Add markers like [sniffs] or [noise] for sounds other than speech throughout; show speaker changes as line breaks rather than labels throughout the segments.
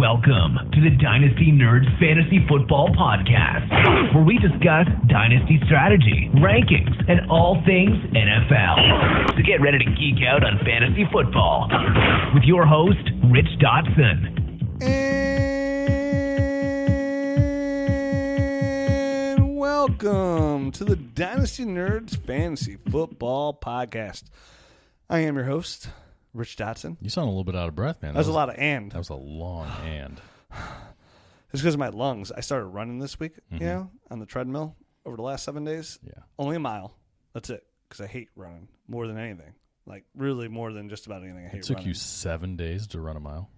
Welcome to the Dynasty Nerds Fantasy Football Podcast, where we discuss dynasty strategy, rankings, and all things NFL. So get ready to geek out on fantasy football with your host, Rich Dotson.
And welcome to the Dynasty Nerds Fantasy Football Podcast. I am your host, Rich Dotson.
You sound a little bit out of breath, man.
That was a lot of and.
That was
[sighs]
a long and.
It's because of my lungs. I started running this week, you know, on the treadmill over the last seven days.
Mm-hmm. Yeah.
Only a mile. That's it. Because I hate running more than anything. Like, really more than just about anything I hate
It took
running.
you seven days to run a mile.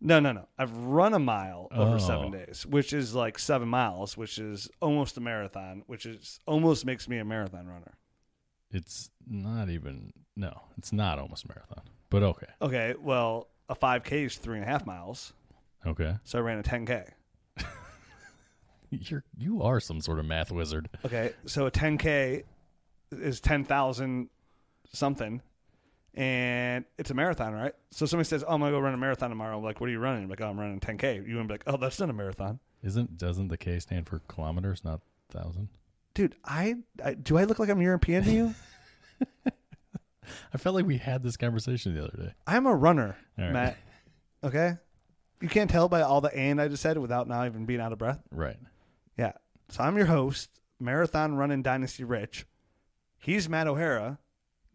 No, no, no. I've run a mile over
Oh.
seven days, which is like seven miles, which is almost a marathon, which is almost makes me a marathon runner.
It's not even. No, it's not almost a marathon. But okay,
Okay, well, a 5K is three and a half miles,
okay.
so I ran a 10K.
You're you are some sort of math wizard.
Okay, so a 10K is 10,000 something, and it's a marathon, right? So somebody says, Oh, I'm going to go run a marathon tomorrow. I'm like, What are you running? I'm like, Oh, I'm running 10K. You wouldn't be like, Oh, that's not a marathon.
Isn't doesn't the K stand for kilometers, not thousand?
Dude, I, I do I look like I'm European to you?
I felt like we had this conversation the other day.
I'm a runner,
All right.
Matt. Okay? You can't tell by all the and I just said without now even being out of breath.
Right.
Yeah. So I'm your host, Marathon Running Dynasty Rich. He's Matt O'Hara,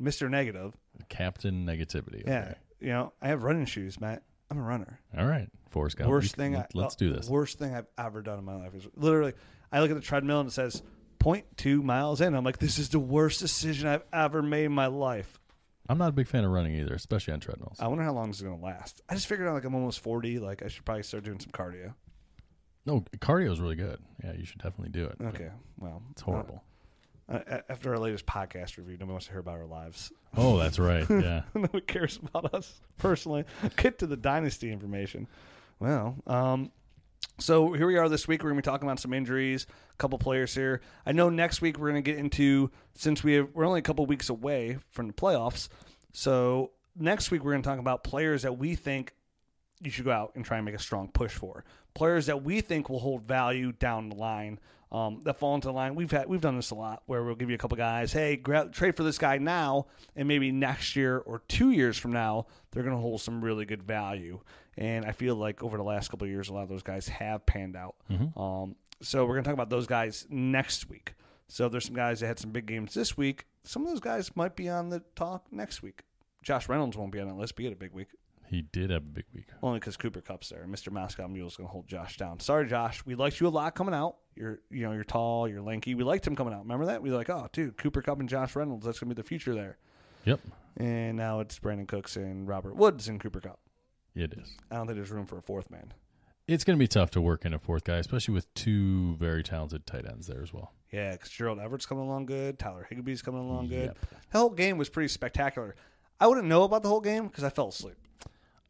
Mr. Negative.
Captain negativity.
Yeah.
okay.
You know, I have running shoes, Matt. I'm a runner.
All right. Forrest Gump.
worst
You-
thing
Let,
I,
us
uh,
do this.
Worst thing I've ever done in my life is literally I look at the treadmill and it says 0.2 miles in. I'm like, this is the worst decision I've ever made in my life.
I'm not a big fan of running either, especially on treadmills.
I wonder how long this is gonna last. I just figured out like I'm almost 40. Like I should probably start doing some cardio.
No, cardio is really good. Yeah, you should definitely do it.
Okay, well,
It's horrible.
Uh, a- after our latest podcast review, nobody wants to hear about our lives. [laughs]
Oh, that's right. Yeah.
Nobody cares about us personally. Get to the dynasty information. Well, um, so here we are this week. We're going to be talking about some injuries, a couple players here. I know next week we're going to get into since we have, we're only a couple weeks away from the playoffs. So next week we're going to talk about players that we think you should go out and try and make a strong push for players that we think will hold value down the line um, that fall into the line. We've had we've done this a lot where we'll give you a couple guys, hey, grab, trade for this guy now, and maybe next year or two years from now they're going to hold some really good value. And I feel like over the last couple of years, a lot of those guys have panned out. Um, so we're going to talk about those guys next week. So there's some guys that had some big games this week. Some of those guys might be on the talk next week. Josh Reynolds won't be on that list, but he had a big week.
He did have a big week.
Only because Cooper Cup's there. and Mr. Moscow Mule's going to hold Josh down. Sorry, Josh. We liked you a lot coming out. You're, you know, you're tall, you're lanky. We liked him coming out. Remember that? We were like, oh, dude, Cooper Cup and Josh Reynolds. That's going to be the future there.
Yep,
And now it's Brandon Cooks and Robert Woods and Cooper Cup.
it is.
I don't think there's room for a fourth man.
It's going to be tough to work in a fourth guy, especially with two very talented tight ends there as well.
Yeah, because Gerald Everett's coming along good. Tyler Higbee's coming along good.
Yep.
The whole game was pretty spectacular. I wouldn't know about the whole game because I fell asleep.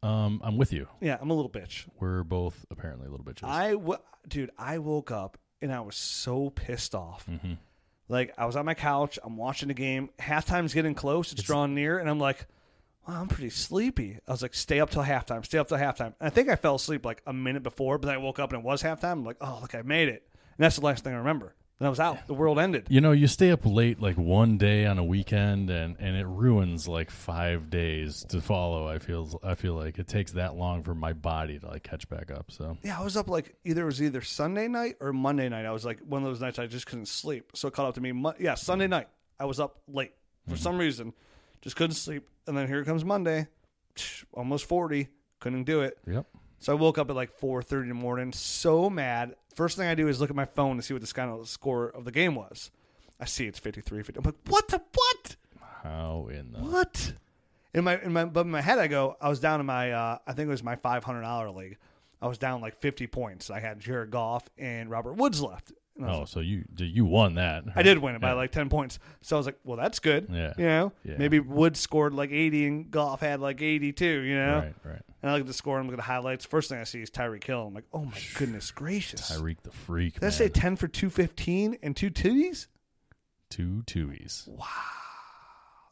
Um, I'm with you.
Yeah, I'm a little bitch.
We're both apparently a little bitches.
I, w- dude, I woke up and I was so pissed off. Like I was on my couch, I'm watching the game. Halftime's getting close; it's, drawing near, and I'm like, wow, I'm pretty sleepy. I was like, stay up till halftime, stay up till halftime. And I think I fell asleep like a minute before, but then I woke up and it was halftime. I'm like, oh, look, I made it. And that's the last thing I remember. Then I was out. The world ended.
you know, you stay up late like one day on a weekend, and and it ruins like five days to follow. I feel I feel like it takes that long for my body to like catch back up. So
Yeah, I was up like either it was either Sunday night or Monday night. I was like one of those nights I just couldn't sleep, so it caught up to me. Mon- yeah, Sunday night I was up late for some reason, just couldn't sleep. And then here comes Monday, [sniffs] almost forty, couldn't do it.
yep,
So I woke up at like four thirty in the morning, so mad. First thing I do is look at my phone to see what the sky- score of the game was. I see it's 53 50. I'm like, what the what?
how in the
What? In my in my but in my head I go, I was down in my uh, I think it was my five hundred dollar league. I was down like fifty points. I had Jared Goff and Robert Woods left. And I, was
oh, so you you won that?
like- I did win it by like ten points. So I was like, Well that's good.
Yeah.
You know?
Yeah.
Maybe Woods scored like eighty and Goff had like eighty two, you know?
Right, right.
And I look at the score and look at the highlights. First thing I see is Tyreek Hill. I'm like, oh my goodness gracious.
Tyreek the freak.
Did I say 10 for 215 and two titties?
two twoies?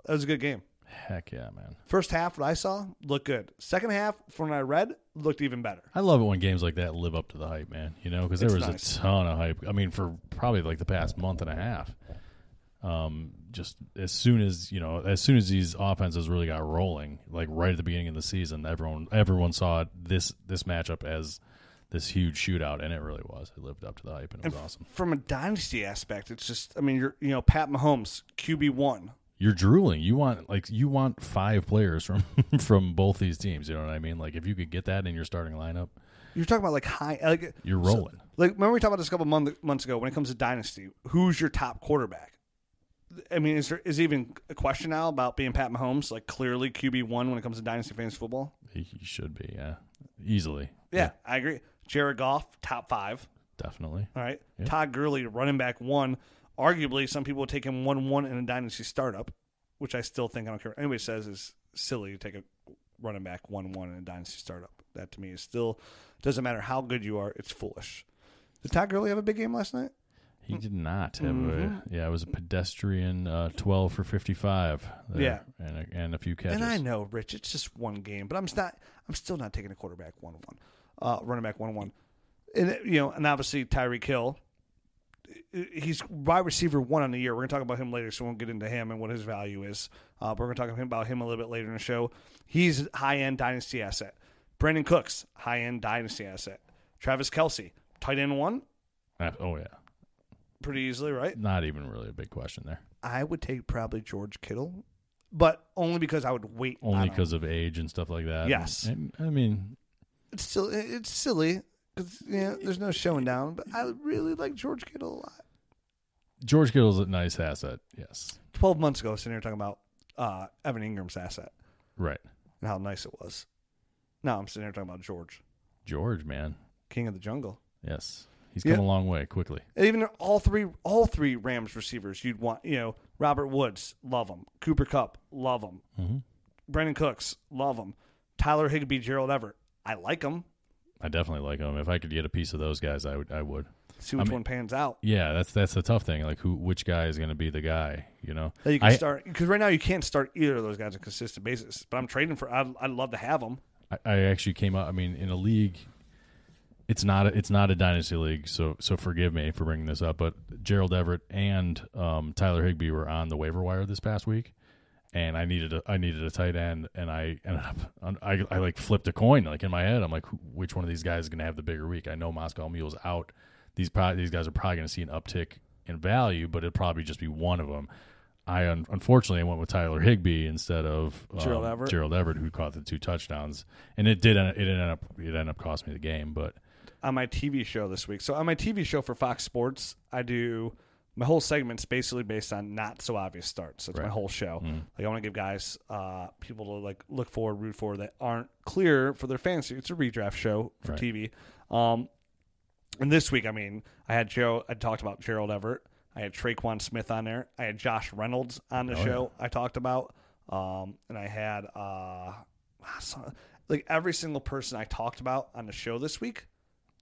That was a good game.
Heck yeah, man.
First half, what I saw looked good. Second half, from what I read, looked even better.
I love it when games like that live up to the hype, man. You know, because there
It's
was
nice.
a ton of hype. I mean, for probably like the past month and a half. Um, just as soon as you know, as soon as these offenses really got rolling, like right at the beginning of the season, everyone everyone saw this this matchup as this huge shootout, and it really was. It lived up to the hype, and it was awesome.
From a dynasty aspect, it's just I mean, you're you know, Pat Mahomes, QB one.
You're drooling. You want like you want five players from [laughs] from both these teams. You know what I mean? Like if you could get that in your starting lineup,
You're talking about like high like
you're rolling.
like remember we talked about this a couple month, months ago when it comes to dynasty, who's your top quarterback? I mean, is there is even a question now about being Pat Mahomes like clearly QB one when it comes to dynasty fantasy football?
He he should be, yeah, easily,
Yeah, I agree. Jared Goff, top five.
definitely.
All right. Todd Gurley, running back one. Arguably, some people would take him one one in a dynasty startup, which I still think I don't care what anybody says is silly to take a running back one one in a dynasty startup. That to me is still doesn't matter how good you are, it's foolish. Did Todd Gurley have a big game last night?
He did not have
Mm-hmm.
a yeah. It was a pedestrian uh, twelve for fifty five.
Yeah.
and a, and a few catches.
And I know, Rich, it's just one game, but I'm just not. I'm still not taking a quarterback one one, uh, running back one one, and uh, you know, and obviously Tyreek Hill, he- he's wide receiver one on the year. We're gonna talk about him later, so we'll get into him and what his value is. Uh, but we're gonna talk about him a little bit later in the show. He's high end dynasty asset. Brandon Cooks, high end dynasty asset. Travis Kelsey, tight end one,
Uh, oh yeah,
pretty easily, right?
not even really a big question there.
I would take probably George Kittle, but only because I would wait. on him.
Only because of age and stuff like that.
Yes.
And- and, I mean
it's still it's silly because you know, there's no showing down. But I really like George Kittle a lot.
George Kittle's a nice asset. Yes,
Twelve months ago, sitting here talking about uh, Evan Ingram's asset
right.
and how nice it was. Now I'm sitting here talking about George,
George, man.
King of the Jungle.
Yes, he's
Yeah.
come a long way quickly.
And even all three all three Rams receivers you'd want. You know, Robert Woods, love him. Cooper Cup, love him.
Mhm.
Brandon Cooks, love him. Tyler Higbee, Gerald Everett, I like him.
I definitely like him. If I could get a piece of those guys, I would. I would.
See which
mean-
one pans out.
Yeah, that's that's the tough thing. Like who, which guy is going to be the guy? You know,
That you can
I-
start because right now you can't start either of those guys on a consistent basis. But I'm trading for. I'd, I'd love to have them.
I, I actually came up. I mean, in a league, it's not a, it's not a dynasty league. So so forgive me for bringing this up, but Gerald Everett and um, Tyler Higbee were on the waiver wire this past week, and I needed a, I needed a tight end, and I ended up on- I, I like flipped a coin like in my head. I'm like, who- which one of these guys is going to have the bigger week? I know Moscow Mule's out. These pro- these guys are probably going to see an uptick in value, but it'd probably just be one of them. I un- unfortunately went with Tyler Higbee instead of um,
Gerald Everett.
Gerald Everett, who caught the two touchdowns, and it did. It ended up. It ended up cost me the game, but
on my TV show this week. So on my TV show for Fox Sports, I do my whole segment's basically based on not so obvious starts. That's my whole show. Like I want to give guys uh, people to like look for, root for that aren't clear for their fantasy. It's a redraft show for
Right.
TV. Um, and this week, I mean, I had Joe. I talked about Gerald Everett. I had Traquan Smith on there. I had Josh Reynolds on the show. I talked about, um, and I had uh, so- like every single person I talked about on the show this week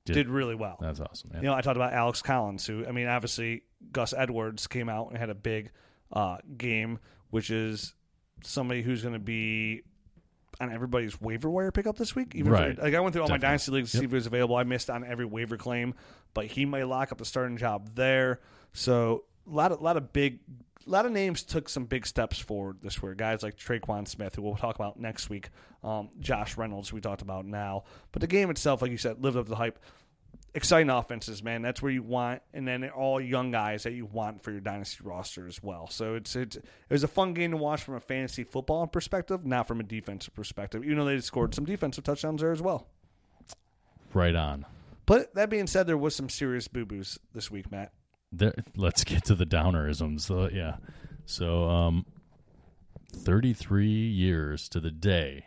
Did-
did, really well.
that's awesome. Man.
You know, I talked about Alex Collins, who I mean, obviously Gus Edwards came out and had a big uh, game, which is somebody who's going to be on everybody's waiver wire pickup this week. Even if-
Right.
like I went through all my
Definitely.
dynasty leagues to see if he was available. I missed on every waiver claim, but he may lock up the starting job there. So a lot of lot of big. A lot of names took some big steps forward this year. Guys like Traquan Smith, who we'll talk about next week, um, Josh Reynolds, who we talked about now. But the game itself, like you said, lived up to the hype exciting offenses, man. That's where you want, and then all young guys that you want for your dynasty roster as well. So it's it's it was a fun game to watch from a fantasy football perspective, not from a defensive perspective. Even though they scored some defensive touchdowns there as well.
Right on.
But that being said, there was some serious boo boos this week, Matt.
There, let's get to the downerisms. So, yeah. So, um, 33 years to the day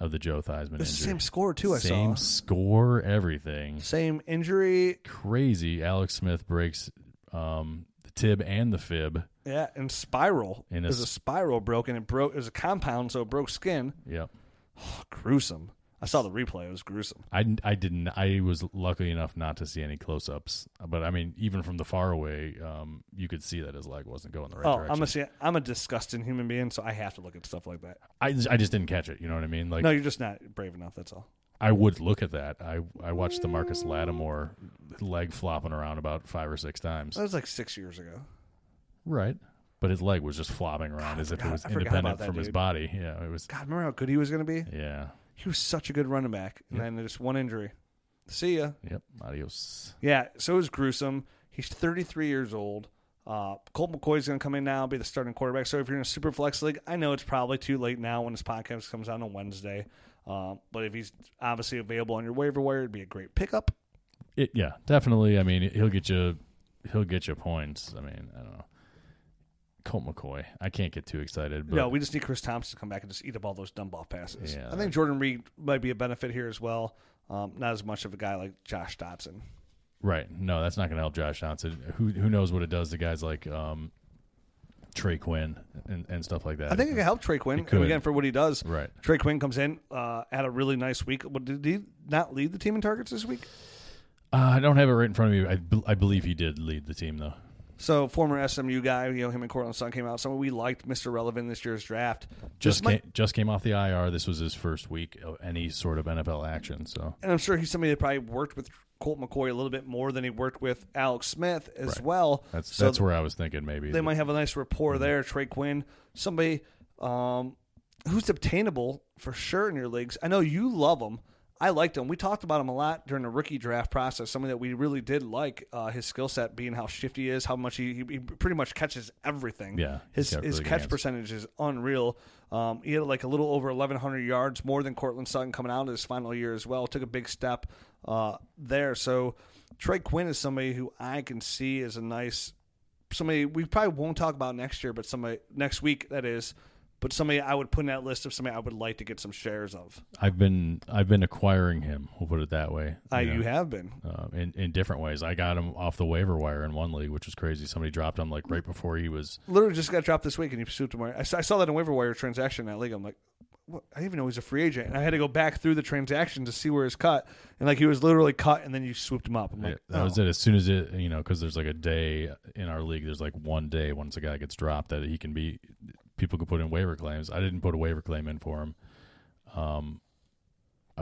of the Joe Theismann
It was the
injury.
same score too. I saw
Same score, everything.
same injury,
Crazy. Alex Smith breaks um, the tib and the fib.
yeah, and spiral.
And a
There's a
s-
spiral broke, and it broke. It was a compound, so it broke skin.
Yep.
gruesome. I saw the replay. It was gruesome.
I, I didn't. I was lucky enough not to see any close ups, but I mean, even from the far away, um, you could see that his leg wasn't going the right
Oh, I'm
direction.
a se- I'm a disgusting human being, so I have to look at stuff like that.
I just- I just didn't catch it. You know what I mean? Like
No, you're just not brave enough. That's all.
I would look at that. I I watched the Marcus Lattimore leg flopping around about five or six times.
That was like six years ago.
Right, but his leg was just flopping around as if
forgot-
it was
I forgot about
independent
that,
from his
dude.
body. Yeah, it was.
God, remember how good he was going to be?
Yeah.
He was such a good running back, and then just one injury. See ya.
Yep. Adios.
Yeah, so it was gruesome. He's 33 years old. Uh, Colt McCoy's going to come in now and be the starting quarterback. So if you're in a super flex league, I know it's probably too late now when this podcast comes out on Wednesday. Uh, but if he's obviously available on your waiver wire, it'd be a great pickup.
It, yeah, definitely. I mean, he'll get you. He'll get you points. I mean, I don't know. Colt McCoy. I can't get too excited. But
no, we just need Chris Thompson to come back and just eat up all those dumb ball passes.
Yeah.
I think Jordan Reed might be a benefit here as well. Um, not as much of a guy like Josh Dotson.
Right. No, that's not going to help Josh Johnson. Who who knows what it does to guys like um, Trey Quinn and, and stuff like that.
I think it can help Trey Quinn.
could.
And again, for what he does,
Right.
Trey Quinn comes in, uh, had a really nice week. What, did he not lead the team in targets this week?
Uh, I don't have it right in front of me. I, bel- I believe he did lead the team though.
So former SMU guy, you know him and Cortland Sun came out. Someone we liked, Mr. Relevant this year's draft.
Just
This might-
came, just came off the IR. This was his first week of any sort of NFL action. So
and I'm sure he's somebody that probably worked with Colt McCoy a little bit more than he worked with Alex Smith as well.
that's
so
that's where I was thinking maybe.
they might have a nice rapport there. Trey Quinn, somebody um, who's obtainable for sure in your leagues. I know you love him. I liked him. We talked about him a lot during the rookie draft process. Something that we really did like uh, his skill set, being how shifty he is, how much he, he he pretty much catches everything.
Yeah,
his
he's got
his
really good
catch
hands.
percentage is unreal. Um, he had like a little over 1,100 yards, more than Cortland Sutton coming out of his final year as well. Took a big step uh, there. So Trey Quinn is somebody who I can see as a nice somebody we probably won't talk about next year, but somebody next week that is, but somebody I would put in that list of somebody I would like to get some shares of.
I've been I've been acquiring him. We'll put it that way.
I,
know,
You have been.
um, in in different ways. I got him off the waiver wire in one league, which was crazy. Somebody dropped him like right before he was.
Literally just got dropped this week, and you pursued tomorrow. I saw, I saw that in waiver wire transaction in that league. I'm like, what? I didn't even know he was a free agent, and I had to go back through the transaction to see where he's cut, and like he was literally cut, and then you swooped him up. I'm like, oh.
that was it. As soon as it, you know, because there's like a day in our league. There's like one day once a guy gets dropped that he can be. People could put in waiver claims. I didn't put a waiver claim in for him, um,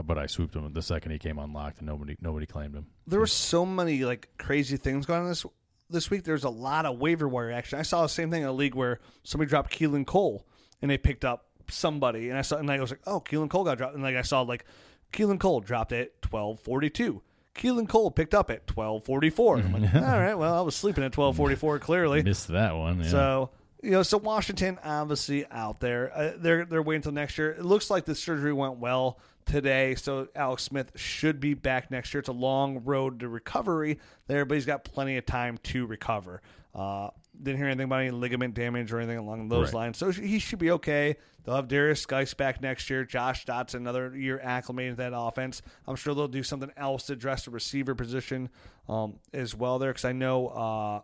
but I swooped him the second he came unlocked, and nobody nobody
[laughs]
claimed him.
there were so many like crazy things going on this this week. There's a lot of waiver wire action. I saw the same thing in a league where somebody dropped Keelan Cole and they picked up somebody, and I saw and I was like, oh, Keelan Cole got dropped, and like I saw like Keelan Cole dropped at twelve forty two. Keelan Cole picked up at twelve forty four. I'm like, all right, well, I was sleeping at twelve forty four clearly.
Missed that one. Yeah.
So you know, so Washington obviously out there. Uh, they're they're waiting until next year. It looks like the surgery went well today, so Alex Smith should be back next year. It's a long road to recovery there, but he's got plenty of time to recover. Uh, didn't hear anything about any ligament damage or anything along those
Right.
lines, so he should be okay. They'll have Darius Geis back next year. Josh Dotson another year acclimated to that offense. I'm sure they'll do something else to address the receiver position um, as well there, because I know. Uh,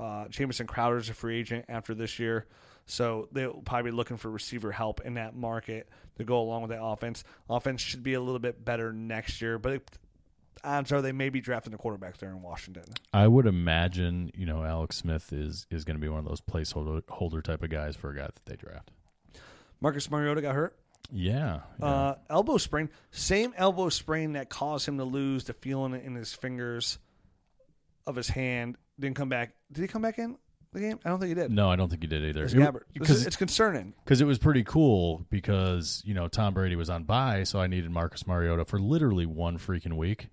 uh, Jamison Crowder is a free agent after this year, so they'll probably be looking for receiver help in that market to go along with that offense. Offense should be a little bit better next year, but it, odds are they may be drafting the quarterback there in Washington.
I would imagine you know Alex Smith is is going to be one of those placeholder holder type of guys for a guy that they draft.
Marcus Mariota got hurt.
Yeah, yeah.
Uh, elbow sprain, same elbow sprain that caused him to lose the feeling in his fingers of his hand. Didn't come back. Did he come back in the game? I don't think he did.
no, I don't think he did either.
It's
It-
Gabbert. This is-
because
it's concerning.
because it was pretty cool because you know Tom Brady was on bye, so I needed Marcus Mariota for literally one freaking week,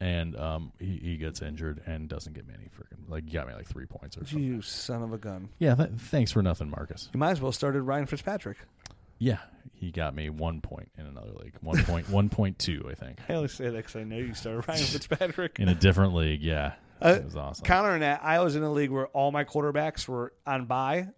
and um, he, he gets injured and doesn't get me any freaking like he got me like three points or something.
You son of a gun.
Yeah, th- thanks for nothing, Marcus.
You might as well started Ryan Fitzpatrick.
Yeah, he got me one point in another league, one point one point two, I think,
I only say that because I know you started [laughs] Ryan Fitzpatrick.
in a different league. Yeah,
Uh,
it was awesome.
Countering that, I was in a league where all my quarterbacks were on bye,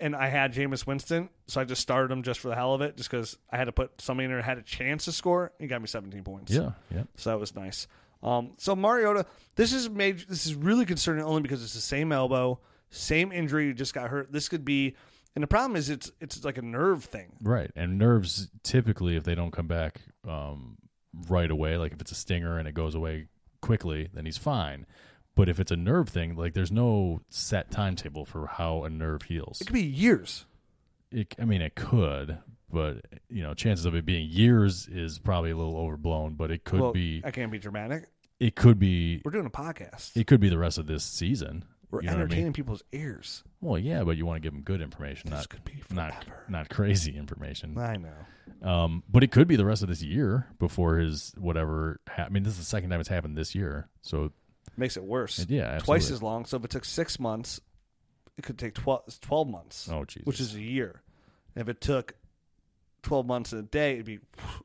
and I had Jameis Winston, so I just started him just for the hell of it, just because I had to put somebody in there that had a chance to score. He got me 17 points.
yeah, yeah.
So that was nice. Um, so Mariota, this is major, this is really concerning only because it's the same elbow, same injury, you just got hurt. This could be, and the problem is it's it's like a nerve thing.
Right. And nerves typically if they don't come back um, right away. Like if it's a stinger and it goes away quickly, then he's fine. But if it's a nerve thing, like there's no set timetable for how a nerve heals.
It could be years.
It, I mean, it could, but you know, chances of it being years is probably a little overblown. But it could
well,
be.
I can't be dramatic.
It could be.
We're doing a podcast.
It could be the rest of this season.
We're
you know what I mean?
entertaining people's ears.
Well, yeah, but you want to give them good information,
This
not
could be
not
forever.
not crazy [laughs] information.
I know.
Um, but it could be the rest of this year before his whatever. Ha- I mean, this is the second time it's happened this year. So
Makes it worse.
And yeah,
twice
absolutely.
as long. So if it took six months, it could take 12, 12 months.
Oh,
Which
Jesus.
is a year. And if it took twelve months in a day, it'd be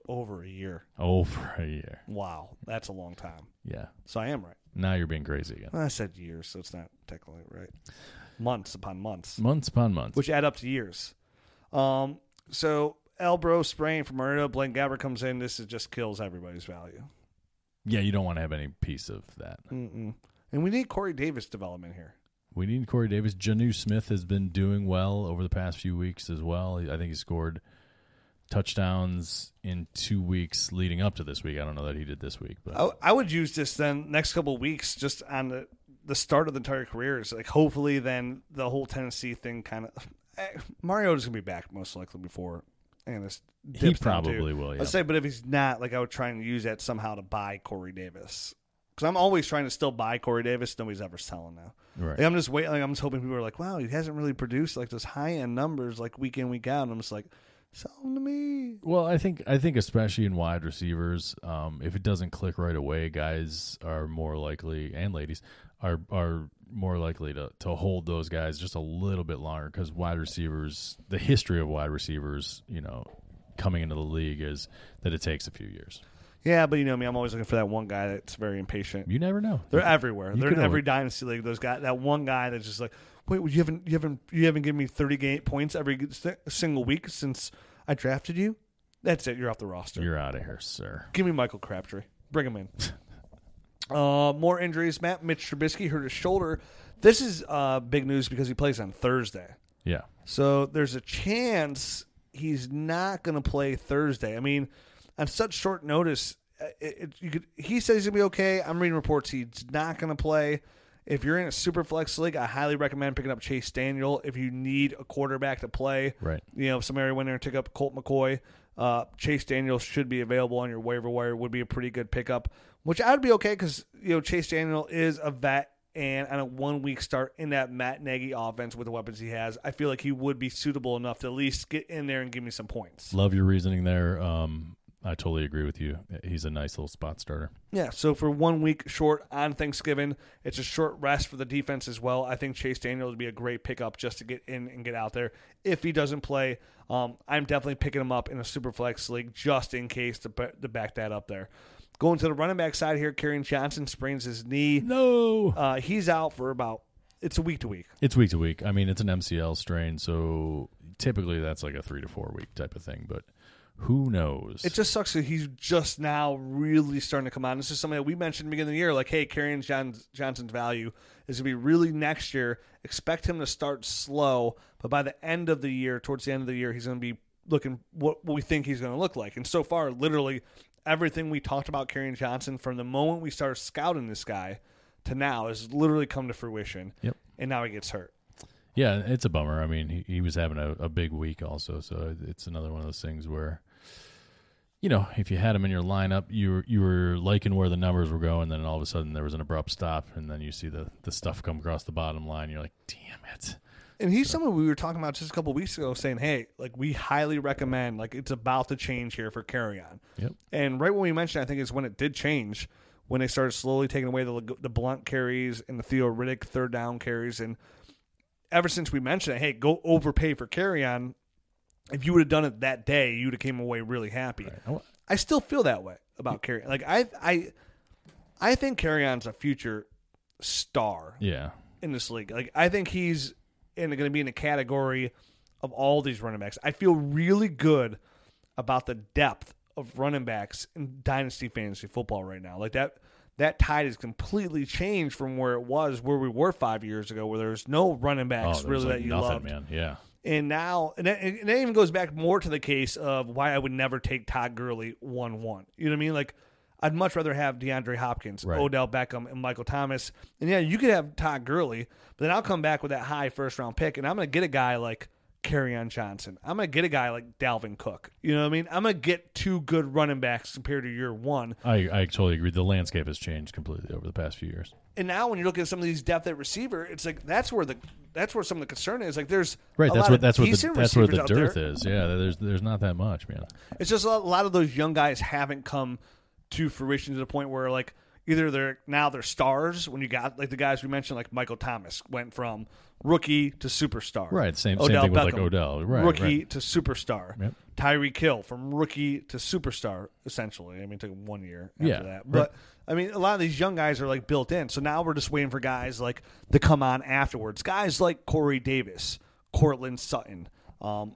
over a year.
over a year,
Wow, that's a long time.
yeah.
So I am right.
Now you're being crazy again.
Well, I said years, so it's not technically right. Months upon months,
Months upon months.
which add up to years. Um, so elbow sprain from Moreno, Blaine Gabbert comes in. This is just kills everybody's value.
yeah, you don't want to have any piece of that.
Mm-mm. And we need Corey Davis development here.
We need Corey Davis. Janu Smith has been doing well over the past few weeks as well. I think he scored touchdowns in two weeks leading up to this week. I don't know that he did this week, but
I, I would use this then next couple of weeks just on the, the start of the entire careers. Like hopefully then the whole Tennessee thing kind of Mario is gonna be back most likely before. And this
He
dips down, too.
probably will, yeah.
I'd say, but if he's not, like I would try and use that somehow to buy Corey Davis because I'm always trying to still buy Corey Davis. Nobody's ever selling now.
Right.
Like, I'm just waiting. Like I'm just hoping people are like, wow, he hasn't really produced like those high end numbers like week in week out. And I'm just like, sell him to me.
Well, I think I think especially in wide receivers, um, if it doesn't click right away, guys are more likely and ladies are are more likely to, to hold those guys just a little bit longer because wide receivers, the history of wide receivers, you know, coming into the league is that it takes a few years.
Yeah, but you know me, I'm always looking for that one guy that's very impatient.
You never know.
They're everywhere. They're in
could
every
always-
dynasty league. Those guy, that one guy that's just like, wait, you haven't, you haven't, you haven't given me thirty game points every si- single week since I drafted you. That's it. You're off the roster.
You're out of here, sir.
Give me Michael Crabtree. Bring him
[laughs]
in. uh, more injuries. Matt Mitch Trubisky hurt his shoulder. This is uh, big news because he plays on Thursday.
Yeah.
So there's a chance he's not going to play Thursday. I mean, on such short notice, uh, it, it, you could, he says he's going to be okay. I'm reading reports he's not going to play. If you're in a super flex league, I highly recommend picking up Chase Daniel if you need a quarterback to play.
Right.
You know, if somebody went there and took up Colt McCoy, uh, Chase Daniel should be available on your waiver wire. Would be a pretty good pickup, which I'd be okay because you know Chase Daniel is a vet and on a one week start in that Matt Nagy offense with the weapons he has, I feel like he would be suitable enough to at least get in there and give me some points.
Love your reasoning there. Um, I totally agree with you. He's a nice little spot starter.
Yeah, so for one week short on Thanksgiving, it's a short rest for the defense as well. I think Chase Daniel would be a great pickup just to get in and get out there. If he doesn't play, um, I'm definitely picking him up in a super flex league just in case to, ba- to back that up there. Going to the running back side here, Karrion Johnson sprains his knee.
No.
Uh, he's out for about it's a week to week.
It's week to week. I mean, it's an MCL strain, so typically that's like a three to four week type of thing. But who knows?
It just sucks that he's just now really starting to come on. This is something that we mentioned at the beginning of the year. Like, hey, Karrion John- Johnson's value is going to be really next year. Expect him to start slow, but by the end of the year, towards the end of the year, he's going to be looking what we think he's going to look like. And so far, literally everything we talked about Karrion Johnson from the moment we started scouting this guy to now has literally come to fruition.
Yep.
And now he gets hurt.
yeah, it's a bummer. I mean, he, he was having a, a big week also, so it's another one of those things where, you know, if you had him in your lineup, you were, you were liking where the numbers were going, then all of a sudden there was an abrupt stop, and then you see the, the stuff come across the bottom line. You're like, damn it.
And he's someone we were talking about just a couple weeks ago, saying, "Hey, like we highly recommend, like it's about to change here for carry on."
Yep.
And right when we mentioned, I think is when it did change, when they started slowly taking away the the blunt carries and the Theo Riddick third down carries, and ever since we mentioned it, hey, go overpay for carry on. If you would have done it that day, you would have came away really happy.
I wa-
I still feel that way about carry. Like I, I, I think carry on's a future star
Yeah.
in this league. Like I think he's in going to be in a category of all these running backs. I feel really good about the depth of running backs in dynasty fantasy football right now. Like that that tide has completely changed from where it was where we were 5 years ago where there's no running
Oh,
backs
there was,
really that
like
you
nothing,
loved.
man. Yeah.
And now, and that, and that even goes back more to the case of why I would never take Todd Gurley 1 1. You know what I mean? Like, I'd much rather have DeAndre Hopkins,
Right.
Odell Beckham, and Michael Thomas. And yeah, you could have Todd Gurley, but then I'll come back with that high first round pick, and I'm going to get a guy like on Johnson. I'm going to get a guy like Dalvin Cook. You know what I mean? I'm going to get two good running backs compared to year one.
I, I totally agree. The landscape has changed completely over the past few years.
And now when you look at some of these depth at receiver, it's like that's where the that's where some of the concern is. Like there's
Right.
a
that's
lot
what
of
that's what the,
decent
that's where the
receivers out
dearth
there.
is. Yeah. There's there's not that much, man.
It's just a lot of those young guys haven't come to fruition to the point where like either they're now they're stars when you got like the guys we mentioned like Michael Thomas went from rookie to superstar.
Right, same- same thing with, like, Odell. Right,
Rookie
right.
to superstar.
Yep.
Tyree Kill from rookie to superstar essentially. I mean it took him one year after
Yeah,
that.
right.
But I mean a lot of these young guys are like built in. So now we're just waiting for guys like to come on afterwards. Guys like Corey Davis, Cortland Sutton, um,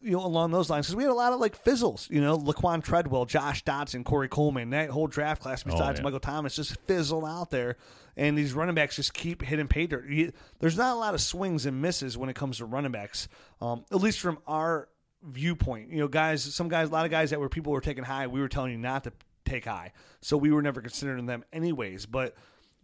you know, along those lines, because we had a lot of like fizzles, you know, Laquan Treadwell, Josh Dotson, Corey Coleman, that whole draft class besides
yeah.
Michael Thomas just fizzled out there, and these running backs just keep hitting pay dirt. You- There's not a lot of swings and misses when it comes to running backs, um, at least from our viewpoint. You know, guys, some guys, a lot of guys that were people were taking high, we were telling you not to take high, so we were never considering them anyways. But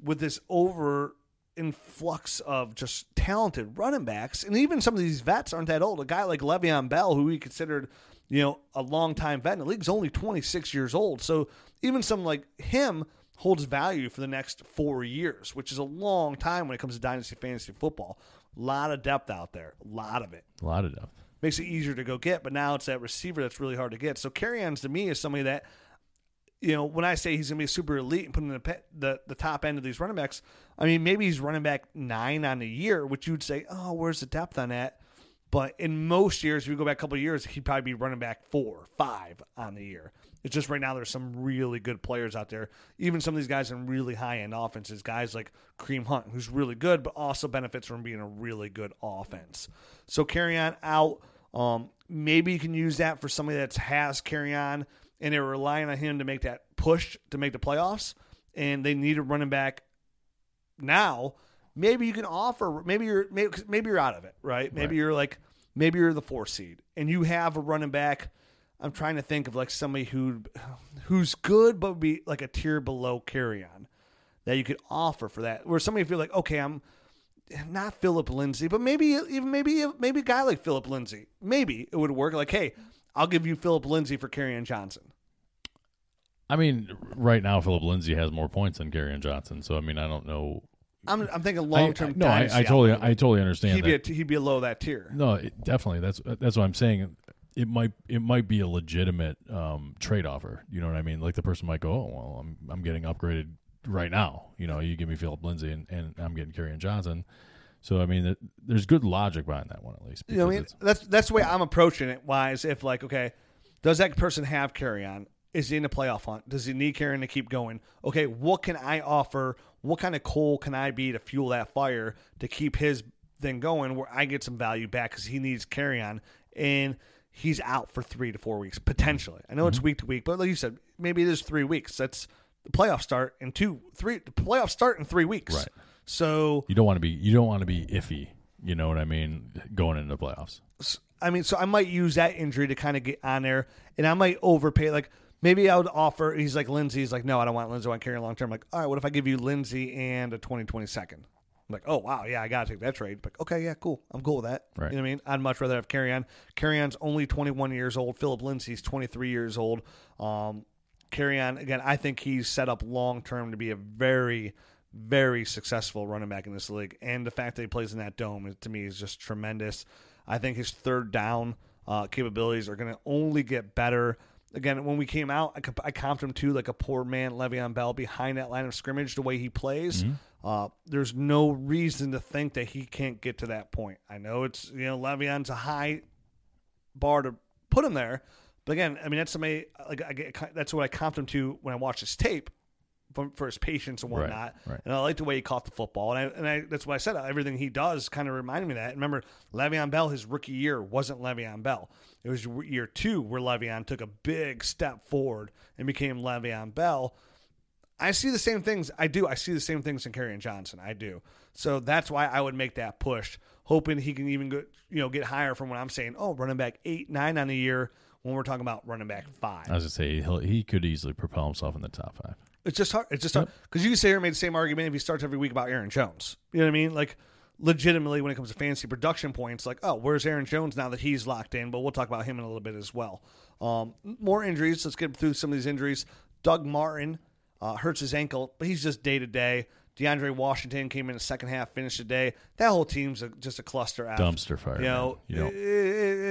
with this over influx of just talented running backs, and even some of these vets aren't that old. A guy like Le'Veon Bell, who we considered, you know, a longtime vet in the league's only 26 years old. So even someone like him holds value for the next four years, which is a long time when it comes to dynasty fantasy football. A lot of depth out there, a lot of it
A lot of depth.
makes it easier to go get. But now it's that receiver that's really hard to get. So Carrion's to me is somebody that, you know, when I say he's going to be super elite and put him in the, pe- the the top end of these running backs, I mean maybe he's running back nine on the year, which you'd say, oh, where's the depth on that? But in most years, if you go back a couple of years, he'd probably be running back four, five on the year. It's just right now there's some really good players out there. Even some of these guys in really high end offenses, guys like Cream Hunt, who's really good, but also benefits from being a really good offense. So carry on out. Um, maybe you can use that for somebody that has carry on and they're relying on him to make that push to make the playoffs. And they need a running back now maybe you can offer maybe you're maybe, 'cause maybe you're out of it right maybe
Right.
you're like maybe you're the four seed and you have a running back i'm trying to think of like somebody who who's good but would be like a tier below carry on that you could offer for that where somebody feel like okay i'm not Philip Lindsay, but maybe even maybe maybe a guy like Philip Lindsay, maybe it would work. Like, hey, I'll give you Philip Lindsay for Carrion Johnson.
I mean, right now Philip Lindsay has more points than Gary and Johnson. So I mean, I don't know.
I'm, I'm thinking
I-
long term.
I, no, I, I totally, I totally understand
he'd
that.
be a, he'd be below that tier.
No, it, definitely. That's that's what I'm saying. It might it might be a legitimate um, trade offer. You know what I mean? Like the person might go, "Oh, well, I'm I'm getting upgraded right now. You know, you give me Philip Lindsay and, and I'm getting Kerryon Johnson." So I mean, th- there's good logic behind that one at least.
You know what I mean?
because it's-
That's that's the way I'm approaching it. Wise, if like, okay, does that person have carry on? Is he in the playoff hunt? Does he need carry on to keep going? Okay, what can I offer? What kind of coal can I be to fuel that fire to keep his thing going? Where I get some value back because he needs carry on and he's out for three to four weeks potentially. I know it's
Mm-hmm.
week to week, but like you said, maybe it is three weeks. That's the playoff start in two, three. The playoff start in three weeks.
Right.
So
you don't want to be you don't want to be iffy. You know what I mean? Going into the playoffs.
I mean, so I might use that injury to kind of get on there, and I might overpay. Like maybe I would offer. He's like Lindsey. He's like, no, I don't want Lindsey. I want Carrion long term. Like, all right, what if I give you Lindsey and a 2020 second? I'm like, oh wow, yeah, I gotta take that trade. Like, okay, yeah, cool. I'm cool with that.
Right.
You know what I mean? I'd much rather have Carrion. Carrion's only 21 years old. Philip Lindsey's 23 years old. Um, Carrion again. I think he's set up long term to be a very very successful running back in this league, and the fact that he plays in that dome is- to me is just tremendous. I think his third down uh, capabilities are going to only get better. Again, when we came out, I, comp- I comped him to like a poor man, Le'Veon Bell, behind that line of scrimmage, the way he plays. Uh, there's no reason to think that he can't get to that point. I know it's, you know, Le'Veon's a high bar to put him there. But again, I mean, that's somebody like I get, that's what I comped him to when I watched his tape for, for his patience and
Right,
whatnot.
right.
And I like the way he caught the football. And I, and I, that's what I said. Everything he does kind of reminded me of that. Remember, Le'Veon Bell, his rookie year wasn't Le'Veon Bell. It was year two where Le'Veon took a big step forward and became Le'Veon Bell. I see the same things. I do. I see the same things in Kerryon Johnson. I do. So that's why I would make that push. hoping he can even go, you know get higher from what I'm saying. Oh, running back eight, nine on a year when we're talking about running back five.
I was gonna say he'll, he could easily propel himself in the top five. [laughs]
It's just hard. It's just hard because you can sit here and make the same argument if he starts every week about Aaron Jones. You know what I mean? Like, legitimately, when it comes to fantasy production points, like, oh, where's Aaron Jones now that he's locked in? But we'll talk about him in a little bit as well. Um, more injuries. Let's get through some of these injuries. Doug Martin uh, hurts his ankle, but he's just day to day. DeAndre Washington came in the second half, finished the day. That whole team's a, just a cluster. F.
Dumpster fire.
You know,
man. You don't-
eh, eh,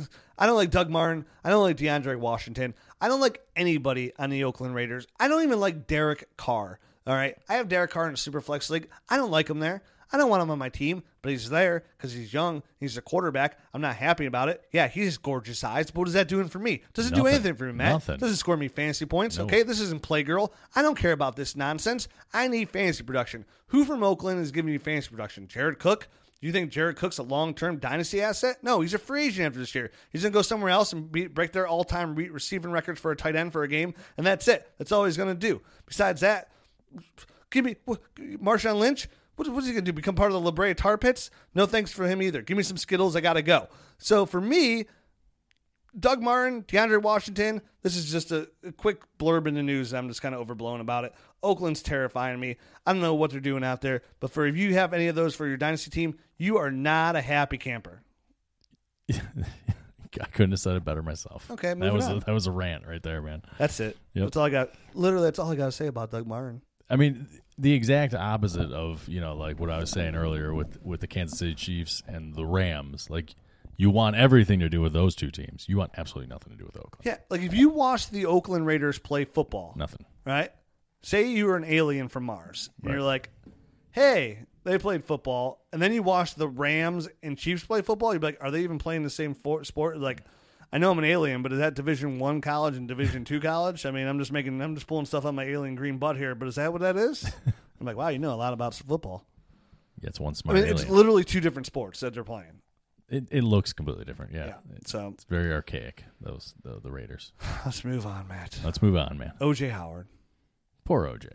eh, I don't like Doug Martin. I don't like DeAndre Washington. I don't like anybody on the Oakland Raiders. I don't even like Derek Carr. All right, I have Derek Carr in a Superflex league. I don't like him there. I don't want him on my team, but he's there because he's young. He's a quarterback. I'm not happy about it. Yeah, he's gorgeous eyes, but what is that doing for me? Doesn't do
Nothing.
anything for me, Matt.
Nothing.
Doesn't score me fantasy points. Okay, this isn't Playgirl. I don't care about this nonsense. I need fantasy production. Who from Oakland is giving you fantasy production? Jared Cook? Do you think Jared Cook's a long-term dynasty asset? No, he's a free agent after this year. He's going to go somewhere else and be, break their all-time re- receiving records for a tight end for a game, and that's it. That's all he's going to do. Besides that, give me what, Marshawn Lynch. What, what's he going to do? Become part of the La Brea Tar Pits? No thanks for him either. Give me some Skittles. I got to go. So for me, Doug Martin, DeAndre Washington. This is just a, a quick blurb in the news. I'm just kind of overblown about it. Oakland's terrifying me. I don't know what they're doing out there, but for if you have any of those for your dynasty team, you are not a happy camper.
I couldn't have said it better myself.
Okay,
that
moving
was
on.
A, that was a rant right there, man.
That's it.
Yep.
That's all I got. Literally, that's all I got to say about Doug Martin.
I mean, the exact opposite of you know, like what I was saying earlier with with the Kansas City Chiefs and the Rams. Like, you want everything to do with those two teams. You want absolutely nothing to do with Oakland.
Yeah, like if you watch the Oakland Raiders play football,
Nothing.
right? Say you were an alien from Mars, and you're like, "Hey, they played football," and then you watch the Rams and Chiefs play football. You're like, "Are they even playing the same for- sport?" Like, I know I'm an alien, but is that Division One college and Division Two college? I mean, I'm just making, I'm just pulling stuff on my alien green butt here, but is that what that
[laughs]
is? I'm like, wow, you know a lot about football.
That's one
I
smart.
mean, it's
alien.
literally two different sports that they're playing.
it, it looks completely different. Yeah,
Yeah.
it's
So
very archaic. Those the, the Raiders.
let's move on, Matt.
Let's move on, man.
OJ Howard.
Poor OJ.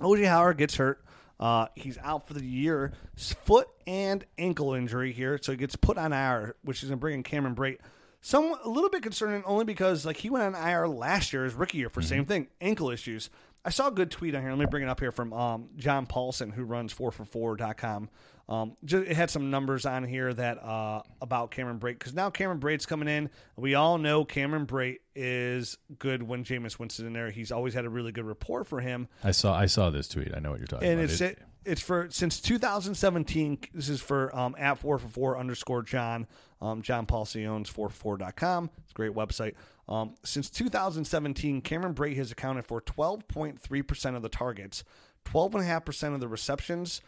OJ Howard gets hurt. Uh, he's out for the year. It's foot and ankle injury here, so he gets put on IR, which is going to bring in Cameron Brate. Some a little bit concerning, only because like he went on IR last year, his rookie year, for same thing, ankle issues. I saw a good tweet on here. Let me bring it up here from um, John Paulson, who runs 444.com. Um, just, it had some numbers on here that uh, about Cameron Brate because now Cameron Brate's coming in. We all know Cameron Brate is good when Jameis Winston in there. He's always had a really good rapport for him
I saw I saw this tweet. I know what you're talking
and
about.
it's it, it's for since 2017 this is for um, at 444 underscore john um, john Palcione owns 444.com it's a great website um, since 2017 cameron bray has accounted for 12.3% of the targets 12.5% of the receptions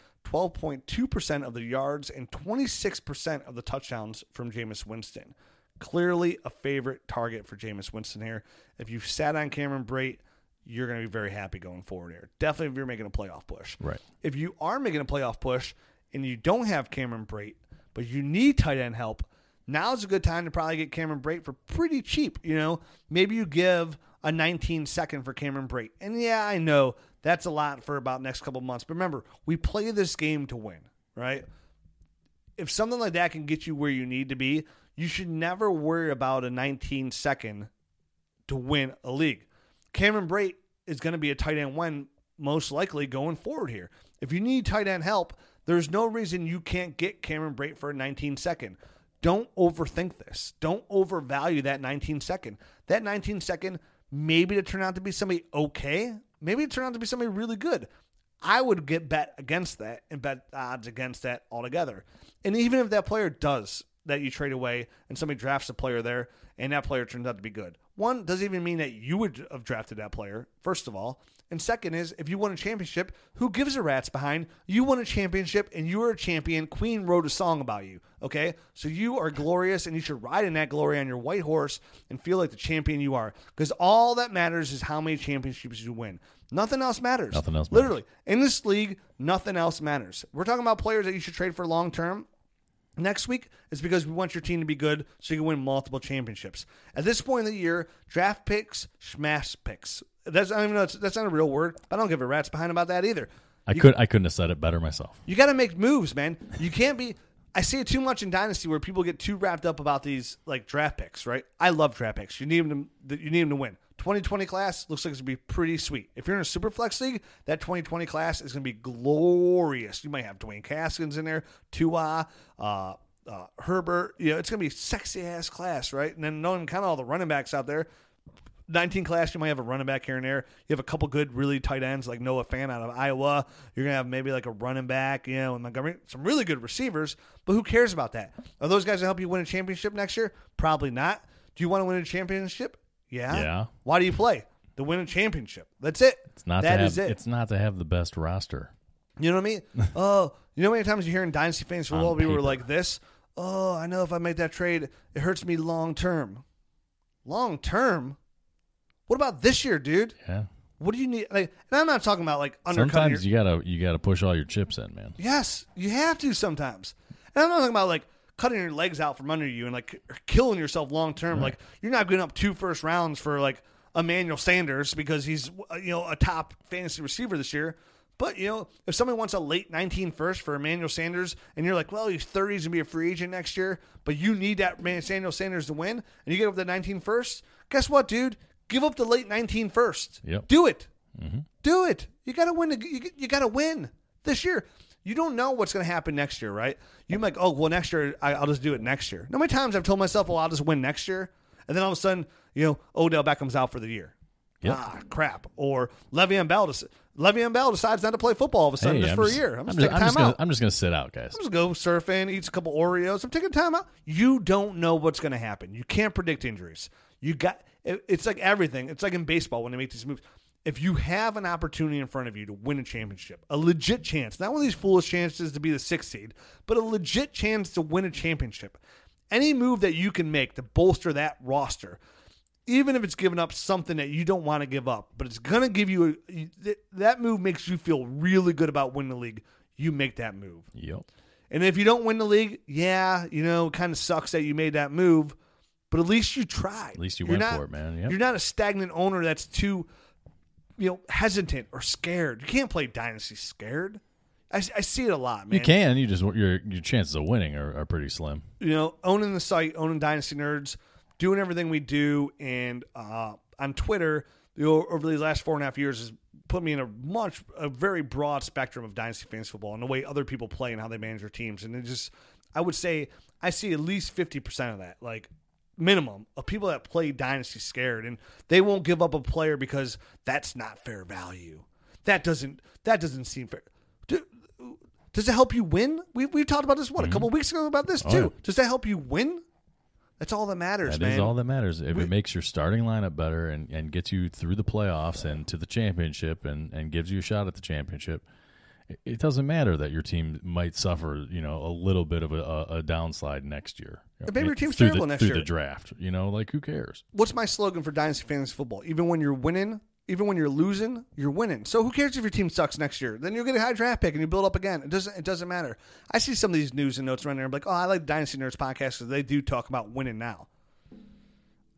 12.2% of the yards and 26% of the touchdowns from Jameis Winston. Clearly a favorite target for Jameis Winston here. If you've sat on Cameron Brate, you're going to be very happy going forward here. Definitely if you're making a playoff push.
Right.
If you are making a playoff push and you don't have Cameron Brate, but you need tight end help, now's a good time to probably get Cameron Brate for pretty cheap. You know, maybe you give a 19 second for Cameron Brate. And yeah, I know that's a lot for about next couple months. But remember, we play this game to win, right? if something like that can get you where you need to be, you should never worry about a 19 second to win a league. Cameron Brate is going to be a tight end one most likely going forward here. If you need tight end help, there's no reason you can't get Cameron Brate for a 19 second. Don't overthink this. Don't overvalue that 19 second. That 19 second maybe to turn out to be somebody okay, maybe it turned out to be somebody really good. I would get bet against that and bet odds against that altogether. And even if that player does that you trade away and somebody drafts a player there and that player turns out to be good. One doesn't even mean that you would have drafted that player, first of all. And second is if you won a championship, who gives a rat's behind? You won a championship and you were a champion. Queen wrote a song about you. Okay? So you are glorious and you should ride in that glory on your white horse and feel like the champion you are. Because all that matters is how many championships you win. Nothing else matters.
Nothing else
Literally. In this league, nothing else matters. We're talking about players that you should trade for long term. Next week is because we want your team to be good so you can win multiple championships. At this point in the year, draft picks, smash picks. That's I don't even know that's, that's not a real word. I don't give a rat's behind about that either.
I could I couldn't have said it better myself.
You got to make moves, man. You can't be. I see it too much in Dynasty where people get too wrapped up about these like draft picks, right? I love draft picks. You need them. To, you need them to win. 2020 class looks like it's gonna be pretty sweet. If you're in a super flex league, that 2020 class is gonna be glorious. You might have Dwayne Caskins in there, Tua, uh, uh, Herbert. You know, it's gonna be sexy ass class, right? And then knowing kind of all the running backs out there, 19 class, you might have a running back here and there. You have a couple good, really tight ends like Noah Fan out of Iowa. You're going to have maybe like a running back, you know, in Montgomery. Some really good receivers, but who cares about that? Are those guys going to help you win a championship next year? Probably not. Do you want to win a championship? Yeah.
Yeah.
Why do you play? To win a championship. That's it.
It's not
That
to have,
is it.
It's not to have the best roster.
You know what I
[laughs]
mean? Oh, you know how many times you hear in Dynasty fans football people are like this? Oh, I know if I make that trade, it hurts me long term. Long term? What about this year, dude?
Yeah.
What do you need? Like, and I'm not talking about like undercutting.
Sometimes
Your,
you gotta you gotta push all your chips in, man.
yes, you have to sometimes. And I'm not talking about like cutting your legs out from under you and like killing yourself long term. Like you're not giving up two first rounds for like Emmanuel Sanders because he's uh, you know a top fantasy receiver this year. But you know, if somebody wants a late 19 first for Emmanuel Sanders, and you're like, well, he's 30, he's gonna be a free agent next year, but you need that man Emmanuel Sanders to win, and you give up the 19 first. Guess what, dude? Give up the late 19 first.
Yep.
Do it. Do it. You got to win. the- You, you got to win this year. You don't know what's going to happen next year, right? You might, oh, well, next year, I, I'll just do it next year. How many times I've told myself, well, I'll just win next year. And then all of a sudden, you know, Odell Beckham's out for the year.
Yep.
Ah, crap. Or Le'Veon Bell, dec- Le'Veon Bell decides not to play football all of a sudden just
I'm
for
just-
a year. I'm just
just-
taking time
just gonna,
out.
I'm just gonna sit out, guys.
I'm just go surfing, eats a couple Oreos. I'm taking time out. You don't know what's going to happen. You can't predict injuries. You got it- it's like everything. It's like in baseball when they make these moves. If you have an opportunity in front of you to win a championship, a legit chance, not one of these foolish chances to be the sixth seed, but a legit chance to win a championship, any move that you can make to bolster that roster, even if it's giving up something that you don't want to give up, but it's going to give you a, you- th- that move makes you feel really good about winning the league. You make that move.
Yep.
And if you don't win the league, yeah, you know, it kind of sucks that you made that move, but at least you tried. At
least you went for it, man. Yep.
You're not a stagnant owner that's too, you know, hesitant or scared. You can't play dynasty scared. I, I see it a lot, man.
You can. You just your your chances of winning are, are pretty slim.
you know, owning the site, owning Dynasty Nerds, doing everything we do, and uh, on Twitter, you know, over these last four and a half years has put me in a much, a very broad spectrum of Dynasty fans football and the way other people play and how they manage their teams. And it just, I would say, I see at least 50% of that. Like, minimum of people that play dynasty scared and they won't give up a player because that's not fair value that doesn't that doesn't seem fair Do- does it help you win? We we talked about this what a couple weeks ago about this too.
Mm-hmm. Oh, yeah.
Does that help you win? That's all that matters,
That is
man.
all that matters. If it makes your starting lineup better and, and gets you through the playoffs and to the championship and, and gives you a shot at the championship, it, it doesn't matter that your team might suffer, you know, a little bit of a, a, a downslide next year.
maybe your team's
through
terrible
the,
next
through
year.
the draft. You know, like who cares?
What's my slogan for dynasty fantasy football? Even when you're winning, even when you're losing, you're winning. So who cares if your team sucks next year? Then you'll get a high draft pick and you build up again. It doesn't it doesn't matter. I see some of these news and notes around there. I'm like, oh, I like Dynasty Nerds podcast because they do talk about winning now.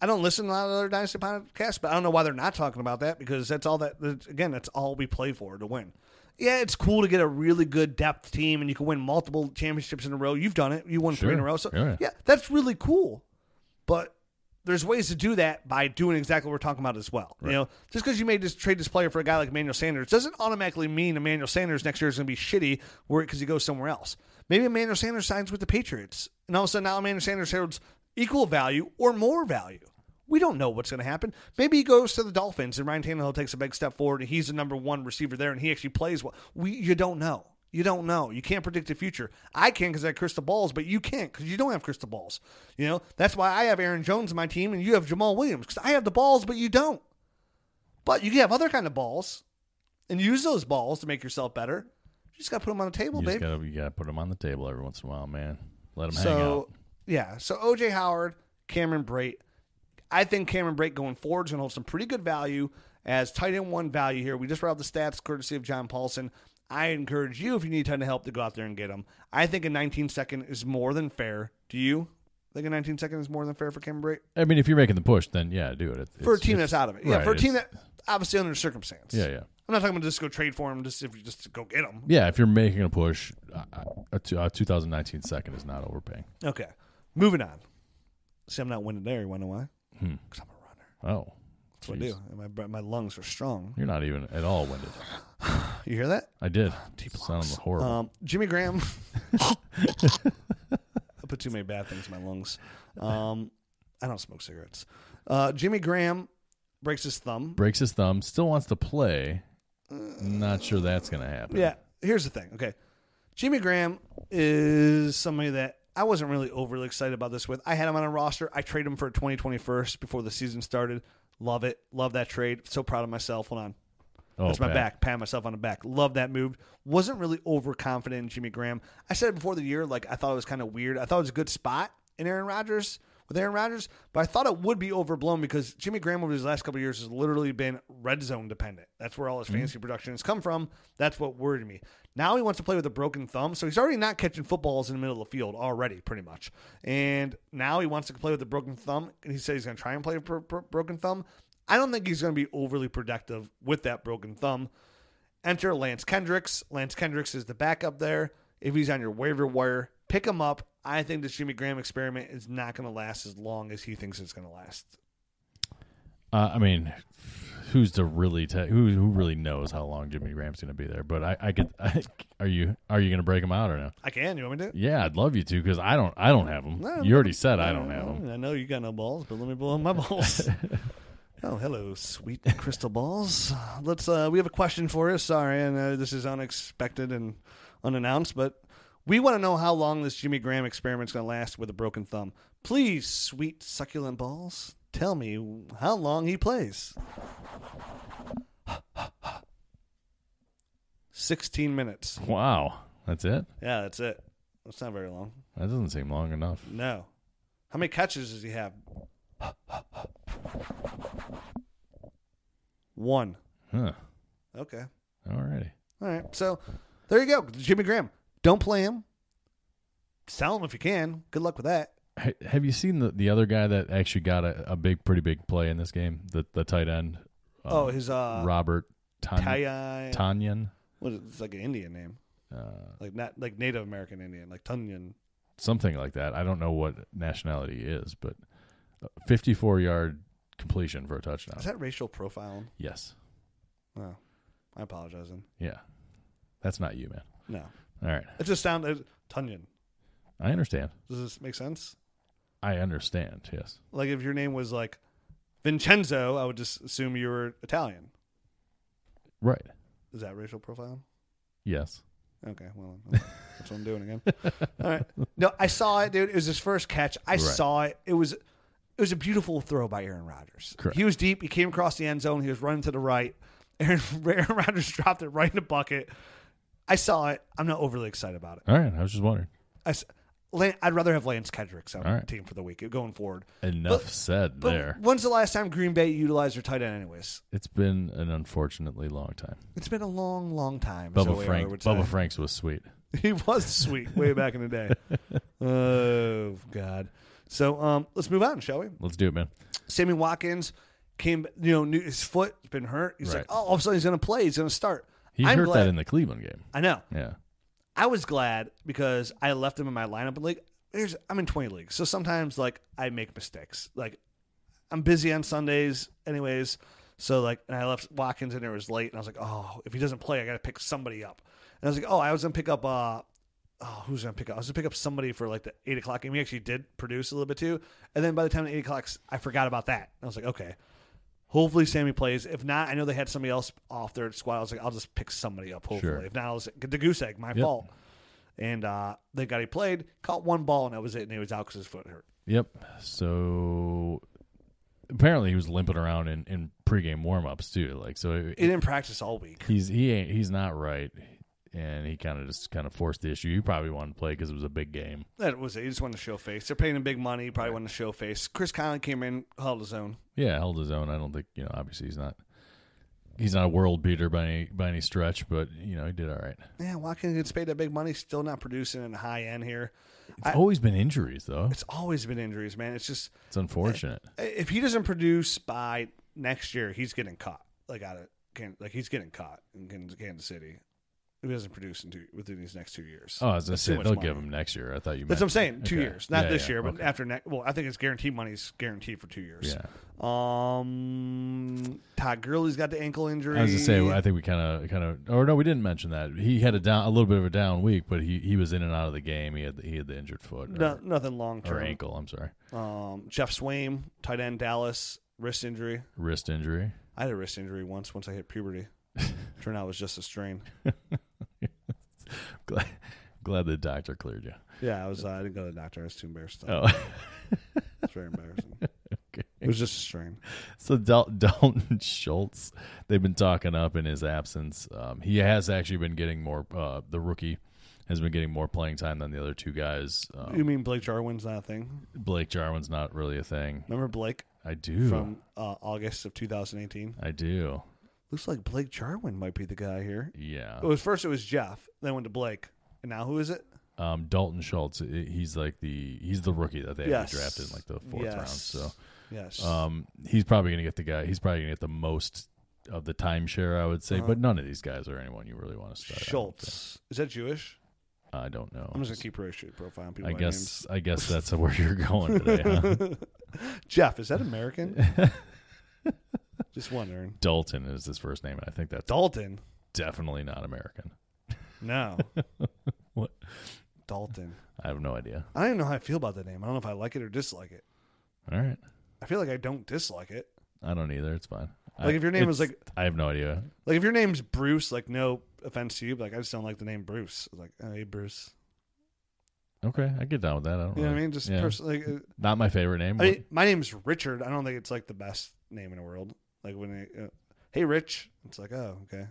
I don't listen to a lot of other dynasty podcasts, but I don't know why they're not talking about that because that's all that that's- again, that's all we play for to win. Yeah, it's cool to get a really good depth team and you can win multiple championships in a row. You've done it. You won three in a
Sure.
row. So
Yeah.
yeah, that's really cool. But there's ways to do that by doing exactly what we're talking about as well. You know, just because you may just trade this player for a guy like Emmanuel Sanders doesn't automatically mean Emmanuel Sanders next year is going to be shitty because he goes somewhere else. Maybe Emmanuel Sanders signs with the Patriots, and all of a sudden now Emmanuel Sanders holds equal value or more value. We don't know what's going to happen. Maybe he goes to the Dolphins, and Ryan Tannehill takes a big step forward, and he's the number one receiver there, and he actually plays well. We you don't know. You don't know. You can't predict the future. I can because I have crystal balls, but you can't because you don't have crystal balls. You know that's why I have Aaron Jones in my team, and you have Jamal Williams because I have the balls, but you don't. But you can have other kind of balls, and use those balls to make yourself better. You just got to put them on the table,
You just
baby.
gotta you gotta put them on the table every once in a while, man. Let them hang
So
out.
yeah, so OJ Howard, Cameron Brate. I think Cameron Brate going forward is going to hold some pretty good value as tight end one value here. We just read out the stats courtesy of John Paulson. I encourage you if you need a ton of help to go out there and get him. I think a 19 second is more than fair. Do you think a 19 second is more than fair for Cameron Brate
I mean, if you're making the push, then yeah, do it. It-
for a
it's-
team
it's-
that's out of it? Yeah,
right,
for a team
it's-
that obviously under circumstance.
yeah, yeah.
I'm not talking about just go trade for him. Just if you just go get him.
Yeah, if you're making a push, I- I- a, two- a 2019 second is not overpaying.
Okay, moving on. See, I'm not winning there. You want to know why?
Hmm.
Because I'm a runner.
Oh,
That's what I do. And My br- my lungs are
[laughs]
strong.
you're not even at all winded.
You hear that?
I did. Sounded horrible.
Um, Jimmy Graham. I put too many bad things in my lungs. Um, I don't smoke cigarettes. Uh, Jimmy Graham breaks his thumb.
Breaks his thumb. Still wants to play. Not sure that's gonna happen.
Yeah. Here's the thing. Okay. Jimmy Graham is somebody that I wasn't really overly excited about this with. I had him on a roster. I traded him for a 2021st before the season started. Love it. Love that trade. So proud of myself. Hold on.
Oh,
That's my
Pat.
back. Pat myself on the back. Love that move. Wasn't really overconfident in Jimmy Graham. I said it before the year, like I thought it was kind of weird. I thought it was a good spot in Aaron Rodgers with Aaron Rodgers, but I thought it would be overblown because Jimmy Graham over these last couple of years has literally been red zone dependent. That's where all his fantasy production has come from. That's what worried me. Now he wants to play with a broken thumb, so he's already not catching footballs in the middle of the field already, pretty much. And now he wants to play with a broken thumb, and he said he's going to try and play with a bro- broken thumb. I don't think he's going to be overly productive with that broken thumb. Enter Lance Kendricks. Lance Kendricks is the backup there. If he's on your waiver wire, pick him up. I think this Jimmy Graham experiment is not going to last as long as he thinks it's going to last.
Uh, I mean, who's to really te- who who really knows how long Jimmy Graham's gonna be there? But I, I could. [laughs] I, are you are you gonna break him out or no?
I can. You want me to?
Yeah, I'd love you to because I don't I don't have him.
No,
you already said I don't have him.
I know you got no balls, but let me blow my
[laughs]
balls. oh, hello, sweet crystal balls. Let's. Uh, we have a question for you. Sorry, I know this is unexpected and unannounced, but we want to know how long this Jimmy Graham experiment's going to last with a broken thumb. Please, sweet succulent balls, tell me how long he plays. [sighs] Sixteen minutes.
Wow, that's it.
Yeah, that's it. That's not very long.
That doesn't seem long enough.
No. How many catches does he have? One.
Huh.
Okay.
Alrighty.
All right. So there you go. Jimmy Graham. Don't play him. Sell him if you can. Good luck with that.
Ha- Have you seen the, the other guy that actually got a, a big, pretty big play in this game? The the tight end. um,
Oh, his uh
Robert Tan-
Tayai.
Tanyan,
What is it? It's like an Indian name.
uh,
Like not like Native American Indian, like Tunyon.
something like that. I don't know what nationality he is, but fifty four yard completion for a touchdown.
Is that racial profiling?
yes.
No. I apologize then.
Yeah. That's not you, man.
No.
All right.
It just sounded Tunyon.
I understand.
Does this make sense?
I understand. Yes.
Like if your name was like Vincenzo, I would just assume you were Italian.
Right.
Is that racial profiling?
Yes.
Okay, well,
[laughs]
that's what I'm doing again. All right. No, I saw it, dude. It was his first catch. I saw it. It was it was a beautiful throw by Aaron Rodgers.
Correct.
He was deep. He came across the end zone. He was running to the right. [laughs] Aaron, Aaron Rodgers dropped it right in the bucket. I saw it. I'm not overly excited about it.
All right. I was just wondering.
I, s- Lan- I'd rather have Lance Kendricks on
All
the
right.
team for the week going forward.
Enough said
But
there.
When's the last time Green Bay utilized their tight end? Anyways,
It's been an unfortunately long time.
it's been a long, long time. as
Bubba
OAR
Frank.
would
Bubba
say.
Franks was sweet.
[laughs] He was sweet way back in the day.
[laughs]
Oh God. So um, let's move on, shall we?
Let's do it, man.
Sammy Watkins came, you know, knew his foot has been hurt. He's like,
Right.
oh, all of a sudden he's going to play. He's going to start.
He
I'm
heard
glad.
that in the Cleveland game.
I know.
Yeah.
I was glad because I left him in my lineup and like there's I'm in 20 leagues. So sometimes like I make mistakes. Like I'm busy on Sundays anyways. So like and I left Watkins in there it was late and I was like, "Oh, if he doesn't play, I got to pick somebody up." And I was like, "Oh, I was going to pick up uh Oh, who's gonna pick up? I was gonna pick up somebody for like the eight o'clock game. He actually did produce a little bit too, and then by the time the eight o'clock, I forgot about that. I was like, okay, hopefully Sammy plays. If not, I know they had somebody else off their squad. I was like, I'll just pick somebody up. Hopefully,
Sure.
if not, I'll just, the goose egg, my fault. And uh, they got he played, caught one ball, and that was it. And he was out because his foot hurt.
Yep. So apparently he was limping around in, in pregame warm-ups too. Like so it-
He didn't practice all week.
he's he ain't he's not right and he kind of just kind of forced the issue. He probably wanted to play cuz it was a big game.
That was it. He just wanted to show face. They're paying him big money. He probably wanted to show face. Chris Conley came in, held his own.
Yeah, held his own. I don't think, you know, obviously he's not he's not a world beater by any by any stretch, but you know, he did all right.
Yeah, Watkins gets paid that big money, still not producing in the high end here.
It's always been injuries though.
It's always been injuries, man. It's just
It's unfortunate.
if he doesn't produce by next year, he's getting caught. Like out of Can, like he's getting caught in Kan- Kansas City. If he doesn't produce in two, within these next two years.
Oh, I was gonna
That's too
say
much
they'll
money.
give him next year. I thought you.
That's what I'm
meant.
saying. Two
Okay.
years, not
Yeah,
this
yeah,
year, but
okay.
after next. Well, I think it's guaranteed money's guaranteed for two years.
Yeah.
Um, Todd Gurley's got the ankle injury.
I was gonna say I think we kind of kind of or no we didn't mention that he had a down a little bit of a down week but he, he was in and out of the game he had the, he had the injured foot or,
no, nothing Uh-huh. long
or
term.
ankle I'm sorry
Um, Jeff Swaim, tight end, Dallas, wrist injury.
wrist injury [laughs]
I had a wrist injury once. Once I hit puberty, turned out it was just a strain.
glad glad the doctor cleared you
Yeah, I was. Uh, I didn't go to the doctor. I was too embarrassed. Oh.
oh
It's very embarrassing. It
[laughs] okay
was just a strain.
[laughs] so Dal- [laughs] Dalton Schultz they've been talking up in his absence um, he has actually been getting more uh, the rookie has been getting more playing time than the other two guys um,
You mean Blake Jarwin's not a thing?
Blake Jarwin's not really a thing
Remember Blake
I do
from uh, August of 2018?
I do
Looks like Blake Jarwin might be the guy here.
yeah
It was first it was Jeff, then went to Blake, and now who is it?
um, Dalton Schultz. i- He's like the he's the rookie that they
Yes.
actually drafted in like the fourth
Yes.
round. So
Yes.
um, he's probably gonna get the guy. He's probably gonna get the most of the timeshare, I would say. But none of these guys are anyone you really want to start. I don't think.
Uh-huh. Schultz. Is that Jewish?
I don't know.
I'm just gonna keep racial profile on people.
I
by
guess I guess that's where you're [laughs] going
[laughs]
today. Huh?
names. Jeff, is that American?
[laughs]
just wondering.
Dalton is his first name, and I think that's
Dalton?
definitely not American.
No.
[laughs] What?
Dalton.
I have no idea.
I don't even know how I feel about the name. I don't know if I like it or dislike it.
All right,
I feel like I don't dislike it.
I don't either. It's fine.
Like,
I-
if your name was
it's-
like-
I have no idea.
Like if your name's Bruce, like no offense to you, but like I just don't like the name Bruce. Like oh, hey Bruce,
Okay, I get down with that. I don't.
you know what I
really-
mean? Just
yeah.
pers- like uh,
not my favorite name.
I mean, my name's Richard. I don't think it's like the best name in the world. Like when, I, uh, hey, Rich, it's like, oh, okay.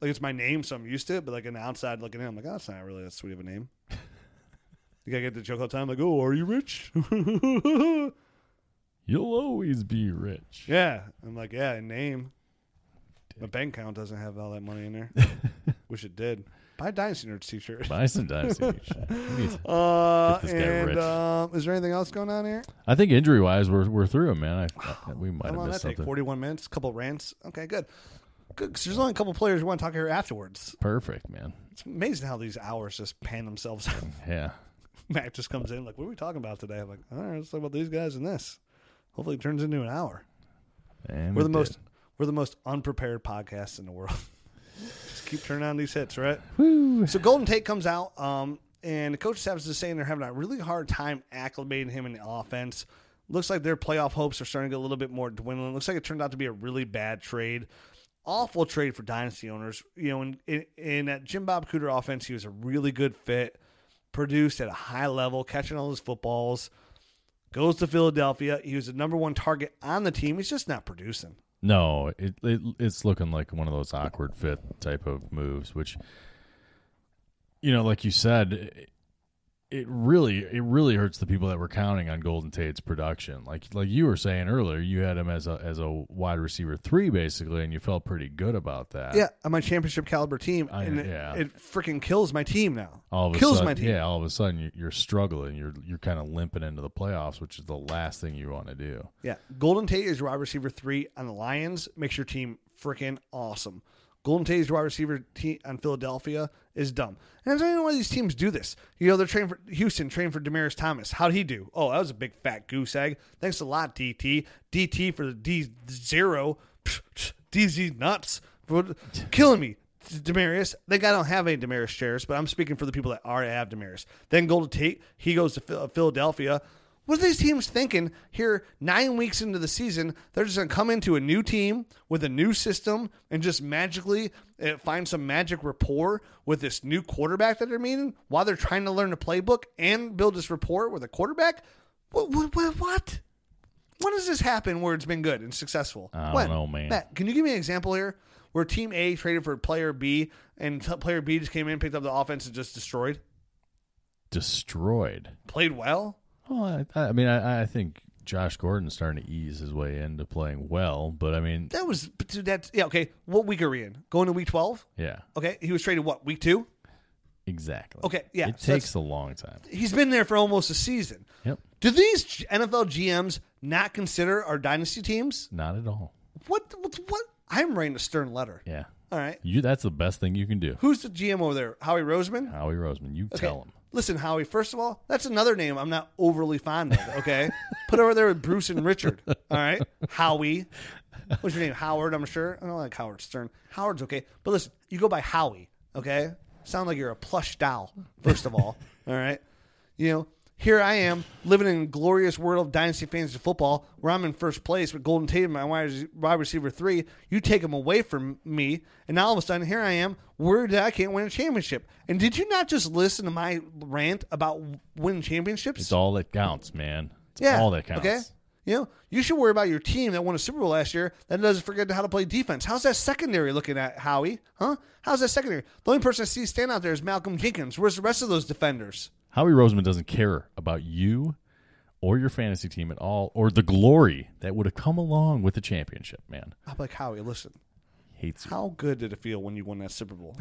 Like it's my name, so I'm used to it. But like an outside looking in, I'm like, oh, that's not really that sweet of a
[laughs]
name. you gotta get the joke all the time. Like, oh, are you rich? [laughs]
You'll always be rich.
yeah, I'm like, yeah, a name. My bank account doesn't have all that money
[laughs]
in there. Wish it did. Buy a Dynasty Nerds t-shirt.
Buy some Dynasty. Jeez.
Uh,
Get this guy
and
rich.
um, is there anything else going on here?
I think injury wise, we're we're through him, man. I, I- we might
How
have
long did that
missed
take?
something.
Forty-one minutes. A couple rants. Okay, good. Good. 'cause there's only a couple players we want to talk here afterwards.
Perfect, man.
It's amazing how these hours just pan themselves [laughs] out.
Yeah,
Mac just comes in like, "What are we talking about today?" I'm like, "All right, let's talk about these guys and this." Hopefully, it turns into an hour.
and
We're
it
the most.
did.
We're the most unprepared podcast in the world. [laughs] just keep turning on these hits, right?
Woo.
So Golden Tate comes out, um, and the coach staff is saying they're having a really hard time acclimating him in the offense. Looks like their playoff hopes are starting to get a little bit more dwindling. Looks like it turned out to be a really bad trade. Awful trade for dynasty owners. You know, in, in, in that Jim Bob Cooter offense, he was a really good fit, produced at a high level, catching all his footballs. Goes to Philadelphia. He was the number one target on the team. He's just not producing.
No, it, it it's looking like one of those awkward fit type of moves, which you know, like you said, it, it really it really hurts the people that were counting on Golden Tate's production. Like like you were saying earlier, you had him as a as a wide receiver three basically, and you felt pretty good about that.
Yeah, on my championship caliber team,
I-
and it,
yeah.
it freaking kills my team now.
all of a
kills
sudden,
my team.
Yeah, all of a sudden you're, you're struggling. You're you're kind of limping into the playoffs, which is the last thing you want to do.
Yeah. Golden Tate is wide receiver three on the Lions. Makes your team freaking awesome. Golden Tate is wide receiver te- on Philadelphia is dumb. And I don't know why these teams do this. You know, they're trained for Houston, trained for Damaris Thomas. How'd he do? Oh, that was a big fat goose egg. Thanks a lot, DT. DT for the D zero. Psh, psh, DZ nuts. What- Killing me. Demarius. I think I don't have any Demarius shares, but I'm speaking for the people that already have Demarius. Then Golden Tate, he goes to Phil- Philadelphia. What are these teams thinking here nine weeks into the season? They're just going to come into a new team with a new system and just magically uh, find some magic rapport with this new quarterback that they're meeting while they're trying to learn the playbook and build this rapport with a quarterback? What? What? What? what? When does this happen where it's been good and successful?
I don't
When?
know, man.
Matt, can you give me an example here where Team A traded for player B and t- player B just came in, picked up the offense, and just destroyed?
Destroyed.
Played well?
Well, I, I mean, I, I think Josh Gordon's starting to ease his way into playing well, but I mean,
That was, but dude, that's, yeah, okay. What week are we in? Going to week 12?
yeah,
Okay, he was traded what week two?
exactly.
Okay, yeah,
it
so
takes a long time.
He's been there for almost a season.
Yep,
Do these G- NFL GMs not consider our dynasty teams?
not at all.
What? What? what? I'm writing a stern letter.
Yeah.
All right.
You. That's the best thing you can do.
Who's the GM over there? Howie Roseman?
Howie Roseman. You
Okay.
tell him.
Listen, Howie, first of all, that's another name I'm not overly fond of, okay? [laughs] Put over there with Bruce and Richard, all right? Howie. What's your name? Howard, I'm sure. I don't like Howard Stern. Howard's okay. But listen, you go by Howie, okay? Sound like you're a plush doll, first of all, all right? You know, here I am living in the glorious world of Dynasty Fantasy Football where I'm in first place with Golden Tate, my wide wide receiver three. You take him away from me, and now all of a sudden here I am worried that I can't win a championship. And did you not just listen to my rant about w- winning championships?
It's all that counts, man. It's
yeah.
all that counts.
Okay. You know, you should worry about your team that won a Super Bowl last year that doesn't forget how to play defense. How's that secondary looking at Howie? Huh? How's that secondary? The only person I see stand out there is Malcolm Jenkins. Where's the rest of those defenders?
Howie Roseman doesn't care about you or your fantasy team at all or the glory that would have come along with the championship, man.
I'm like, Howie, listen,
Hates you.
How good did it feel when you won that Super Bowl?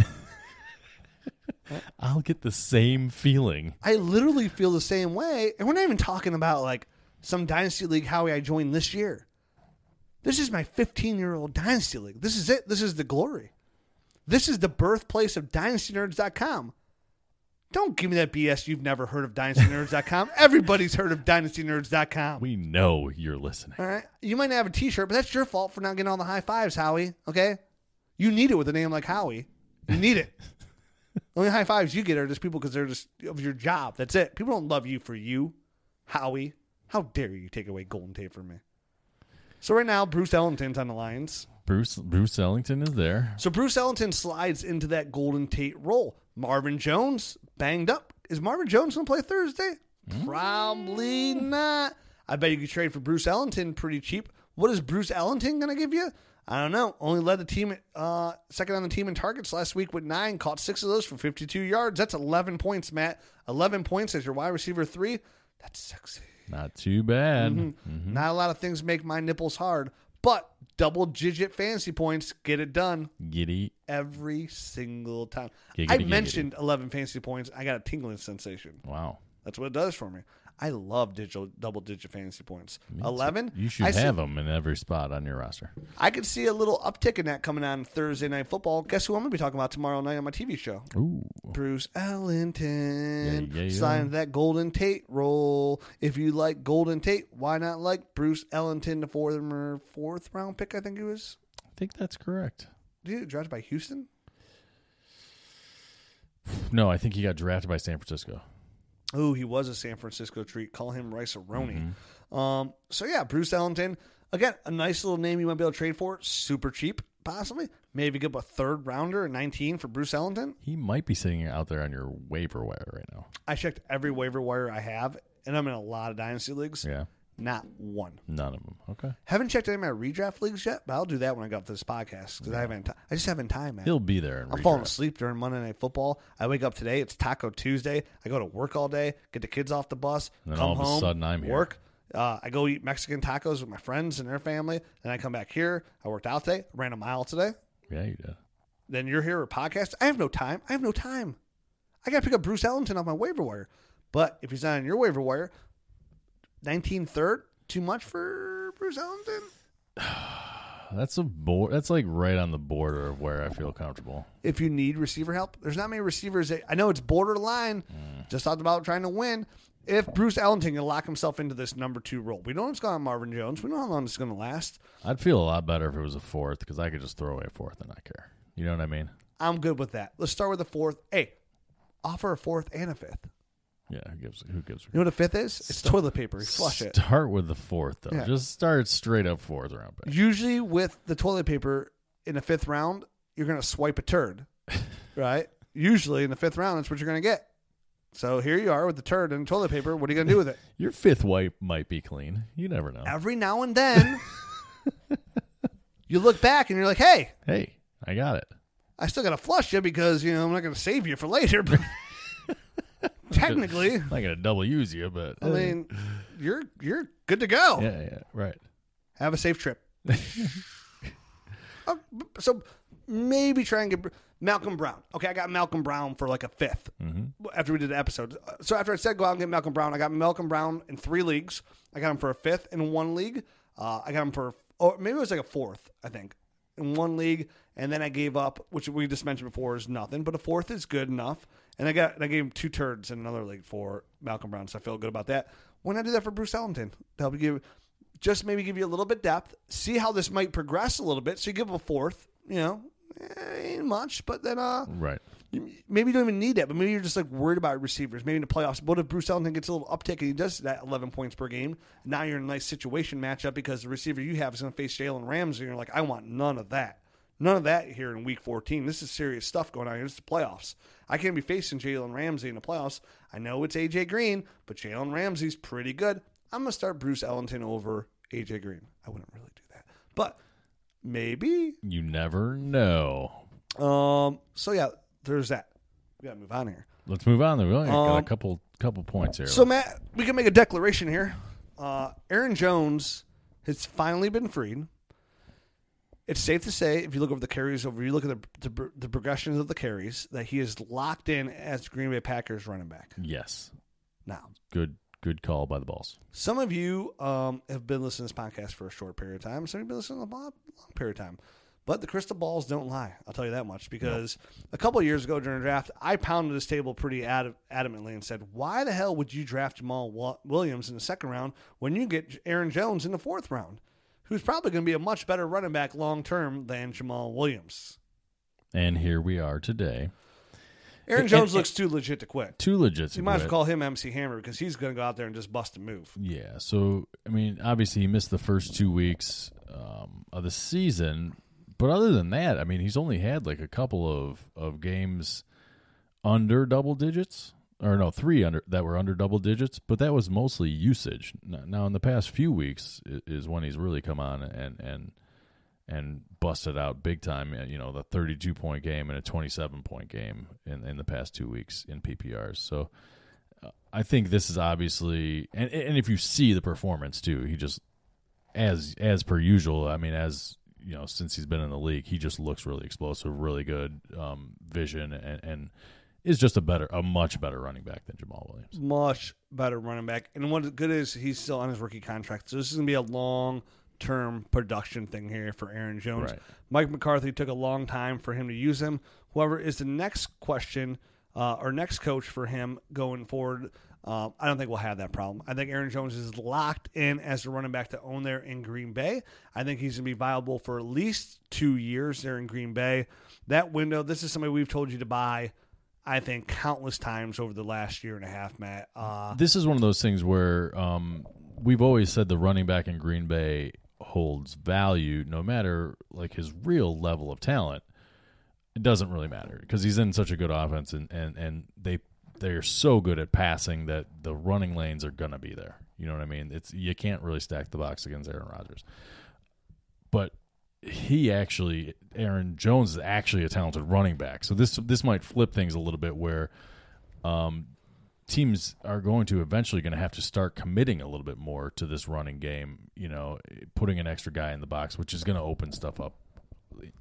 I'll get the same feeling.
I literally feel the same way. And we're not even talking about like some Dynasty League Howie I joined this year. This is my 15 year old Dynasty League. This is it. This is the glory. This is the birthplace of DynastyNerds.com. Don't give me that BS you've never heard of DynastyNerds.com. Everybody's heard of DynastyNerds.com.
We know you're listening.
All right. You might not have a t shirt, but that's your fault for not getting all the high fives, Howie. Okay? You need it with a name like Howie. You need it. Only high fives you get are just people because they're just of your job. That's it. People don't love you for you, Howie. How dare you take away Golden Tate from me? So right now, Bruce Ellington's on the Lions.
Bruce Bruce Ellington is there.
So Bruce Ellington slides into that Golden Tate role. Marvin Jones banged up. Is Marvin Jones going to play Thursday? Probably not. I bet you could trade for Bruce Ellington pretty cheap. What is Bruce Ellington going to give you? I don't know. Only led the team uh, second on the team in targets last week with nine, caught six of those for 52 yards. That's 11 points, Matt. 11 points as your wide receiver three. That's sexy.
Not too bad.
Not a lot of things make my nipples hard, but double digit fantasy points get it done
Giddy.
every single time.
Giggity,
I
giggity.
mentioned 11 fantasy points. I got a tingling sensation.
Wow.
That's what it does for me. I love digital double digit fantasy points. 11?
You should
I
have
See,
him in every spot on your roster.
I could see a little uptick in that coming on Thursday Night Football. Guess who I'm going to be talking about tomorrow night on my TV show?
Ooh.
Bruce Ellington.
Yeah, yeah, yeah.
Slide into that Golden Tate role. If you like Golden Tate, why not like Bruce Ellington, the former fourth round pick, I think it was?
I think that's correct.
Dude, drafted by Houston?
No, I think he got drafted by San Francisco.
Oh, he was a San Francisco treat. Call him Rice Aroni.
Mm-hmm.
Um, so yeah, Bruce Ellington. Again, a nice little name you might be able to trade for. Super cheap, possibly. Maybe give up a third rounder at 19 for Bruce Ellington.
He might be sitting out there on your waiver wire right now.
I checked every waiver wire I have, and I'm in a lot of dynasty leagues.
Yeah.
Not one.
None of them. Okay.
Haven't checked any of my redraft leagues yet, but I'll do that when I go up to this podcast because I haven't. T- I just haven't time, man.
He'll be there. In
I'm falling
redraft.
asleep during Monday Night Football. I wake up today. It's Taco Tuesday. I go to work all day, get the kids off the bus,
And then
come
all of a
home,
sudden I'm here.
work. Uh, I go eat Mexican tacos with my friends and their family. Then I come back here. I worked out today. Ran a mile today.
Yeah, you did.
Then you're here with podcast. I have no time. I have no time. I got to pick up Bruce Ellington on my waiver wire. But if he's not on your waiver wire, 19 third, too much for Bruce Ellington?
That's a board. That's like right on the border of where I feel comfortable.
if you need receiver help. There's not many receivers that I know it's borderline. Just talked about trying to win. If Bruce Ellington can lock himself into this number two role, we know it's gone Marvin Jones. We know how long it's going to last.
I'd feel a lot better if it was a fourth because I could just throw away a fourth and not care. You know what I mean?
I'm good with that. Let's start with the fourth. Hey, offer a fourth and a fifth.
Yeah. Who gives? Who gives?
You know what a fifth is? It's toilet paper. You flush it.
Start with the fourth though.
Yeah.
Just start straight up fourth round pick.
Usually with the toilet paper in the fifth round, you're going to swipe a turd, right? Usually in the fifth round, that's what you're going to get. So here you are with the turd and toilet paper. What are you going to do with it?
Your fifth wipe might be clean. You never know.
Oh. every now and then you look back and you're like, hey,
Hey, I got it.
I still got to flush you because, you know, I'm not going to save you for later. But technically,
I'm not gonna double use you, but
I mean, you're you're good to go.
yeah, yeah, right.
Have a safe trip. Uh, b- so maybe try and get Br- Malcolm Brown. Okay, I got Malcolm Brown for like a 5th after we did the episode. Uh, So after I said go out and get Malcolm Brown, I got Malcolm Brown in three leagues. I got him for a fifth in one league. Uh, I got him for, or maybe it was like a fourth, I think. in one league, and then I gave up, which we just mentioned before is nothing. But a fourth is good enough, and I got I gave him two turds in another league for Malcolm Brown, so I feel good about that. Why not do that for Bruce Ellington to help you give, just maybe give you a little bit depth, see how this might progress a little bit. So you give him a fourth, you know, eh, ain't much, but then uh,
Right.
you- maybe you don't even need that, but maybe you're just like worried about receivers. Maybe in the playoffs, what if Bruce Ellington gets a little uptick and he does that 11 points per game? Now you're in a nice situation matchup because the receiver you have is going to face Jalen Ramsey, and you're like, I want none of that. None of that here in week 14. This is serious stuff going on here. This is the playoffs. I can't be facing Jalen Ramsey in the playoffs. I know it's A.J. Green, but Jalen Ramsey's pretty good. I'm going to start Bruce Ellington over A.J. Green. I wouldn't really do that, but maybe
You never know.
um, so yeah, there's that. We gotta move on here.
Let's move on. Though. We only got
Um,
a couple couple points here.
So Matt, we can make a declaration here. Uh, Aaron Jones has finally been freed. It's safe to say, if you look over the carries, over you look at the, the the progressions of the carries, that he is locked in as Green Bay Packers running back.
yes,
Now,
good good call by the balls.
Some of you um, have been listening to this podcast for a short period of time. Some of you have been listening to a long, long period of time. But the crystal balls don't lie. I'll tell you that much because a couple of years ago during the draft, I pounded this table pretty ad- adamantly and said, "Why the hell would you draft Jamal Wa- Williams in the second round when you get Aaron Jones in the fourth round, who's probably going to be a much better running back long term than Jamal Williams?"
And here we are today.
Aaron
And-
Jones
and-
looks too legit to quit.
Two legit.
You might as well call him MC Hammer because he's going to go out there and just bust a move.
Yeah. So I mean, obviously he missed the first two weeks um, of the season, but other than that, I mean, he's only had like a couple of of games under double digits, or no, three under that were under double digits, but that was mostly usage. N- Now, in the past few weeks i- is when he's really come on and and and busted out big time. uh, You know, the thirty-two point game and a twenty-seven point game in in the past two weeks in PPRs. So. uh, I think this is obviously, and and if you see the performance too, he just as as per usual. I mean, as you know, since he's been in the league, he just looks really explosive, really good um, vision, and, and is just a better, a much better running back than Jamal Williams.
much better running back. And what good is he's still on his rookie contract. So this is going to be a long term production thing here for Aaron Jones.
Right.
Mike McCarthy took a long time for him to use him. Whoever is the next question uh, or next coach for him going forward, uh, I don't think we'll have that problem. I think Aaron Jones is locked in as the running back to own there in Green Bay. I think he's going to be viable for at least two years there in Green Bay. That window, this is somebody we've told you to buy. I think countless times over the last year and a half, Matt. Uh,
This is one of those things where um, we've always said the running back in Green Bay holds value, no matter like his real level of talent. It doesn't really matter because he's in such a good offense, and and and they they're so good at passing that the running lanes are gonna be there. You know what I mean? It's you can't really stack the box against Aaron Rodgers, but he actually Aaron Jones is actually a talented running back. So this this might flip things a little bit where um, teams are going to eventually going to have to start committing a little bit more to this running game. You know, putting an extra guy in the box, which is going to open stuff up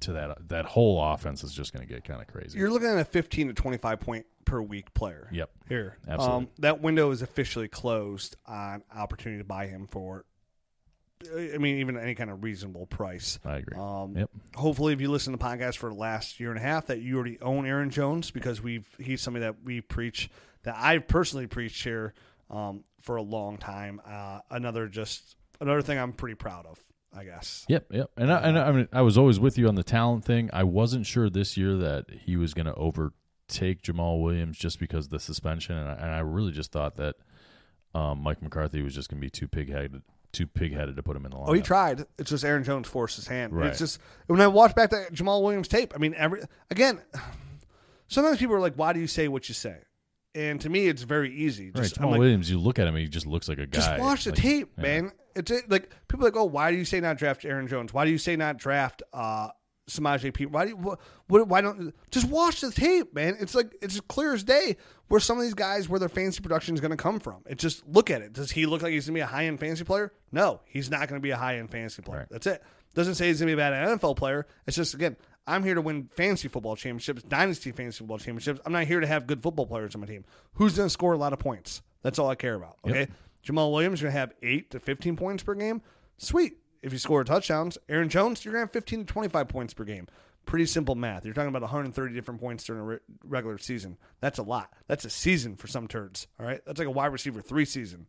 to that that whole offense is just going to get kind of crazy.
you're looking at a 15 to 25 point per week player.
Yep.
Here,
Absolutely.
Um, that window is officially closed on opportunity to buy him for. I mean, even any kind of reasonable price.
I agree.
Um,
Yep.
Hopefully, if you listen to the podcast for the last year and a half, that you already own Aaron Jones because we've he's somebody that we preach that I've personally preached here um, for a long time. Uh, another just another thing I'm pretty proud of, I guess.
Yep, yep. And I, and I, I mean, I was always with you on the talent thing. I wasn't sure this year that he was going to overtake Jamal Williams just because of the suspension, and I, and I really just thought that um, Mike McCarthy was just going to be too pig-headed, too pig-headed to put him in the lineup.
Oh, he tried. It's just Aaron Jones forced his hand.
Right.
It's just when I watch back that Jamal Williams tape. I mean, every again, [sighs] sometimes people are like, "Why do you say what you say?" And to me, it's very easy.
Right,
Just I'm
Jamal
like,
Williams. You look at him; he just looks like a guy.
just watch the
Like,
tape,
yeah.
man. It's it, like people are like, "Oh, why do you say not draft Aaron Jones? Why do you say not draft uh, Samaje P? Why do you, wh- what, why don't just watch the tape, man? It's like it's as clear as day where some of these guys where their fantasy production is going to come from. It's just look at it. Does he look like he's going to be a high end fantasy player? No, he's not going to be a high end fantasy player.
Right.
That's it. Doesn't say he's going to be a bad NFL player. It's just again. I'm here to win fantasy football championships, dynasty fantasy football championships. I'm not here to have good football players on my team. Who's going to score a lot of points? That's all I care about. Okay. Jamal Williams going to have eight to 15 points per game. Sweet. If you score touchdowns, Aaron Jones, you're going to have 15 to 25 points per game. Pretty simple math. You're talking about 130 different points during a re- regular season. That's a lot. That's a season for some turds. All right. That's like a wide receiver three season.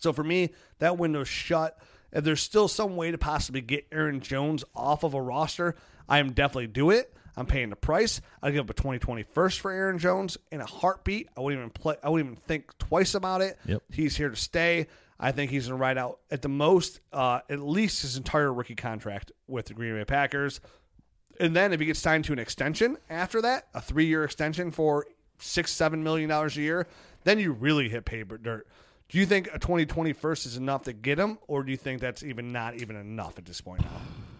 So for me, that window's shut. If there's still some way to possibly get Aaron Jones off of a roster, I am definitely do it. I'm paying the price. I'd give up a 2020 first for Aaron Jones in a heartbeat. I wouldn't even play. I wouldn't even think twice about it.
Yep.
He's here to stay. I think he's going to ride out at the most, uh, at least his entire rookie contract with the Green Bay Packers. And then if he gets signed to an extension after that, a three year extension for six, seven million dollars a year, then you really hit paper dirt. Do you think a 2020 first is enough to get him, or do you think that's even not even enough at this point now?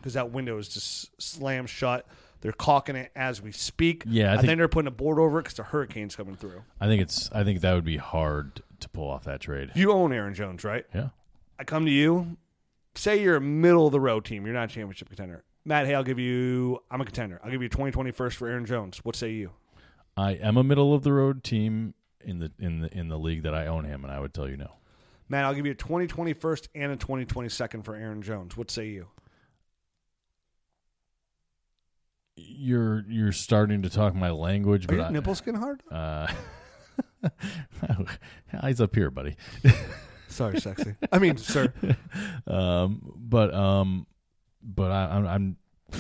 Because that window is just slammed shut. They're caulking it as we speak.
Yeah, I
I, think,
think-
they're putting a board over it because the hurricane's coming through.
I think it's. I think that would be hard to pull off that trade.
You own Aaron Jones, right?
Yeah.
I come to you. Say you're a middle of the road team. You're not a championship contender. Matt, hey, I'll give you. I'm a contender. I'll give you 2020 first for Aaron Jones. What say you?
I am a middle of the road team in the in the in the league that I own him, and I would tell you no.
Matt, I'll give you a 2020 first and a 2020 second for Aaron Jones. What say you?
You're you're starting to talk my language,
Are
but
your
I,
nipple skin hard?
uh, [laughs] he's up here, buddy.
Sorry, sexy. [laughs] I mean, sir.
Um, but um, but I, I'm, I'm [sighs]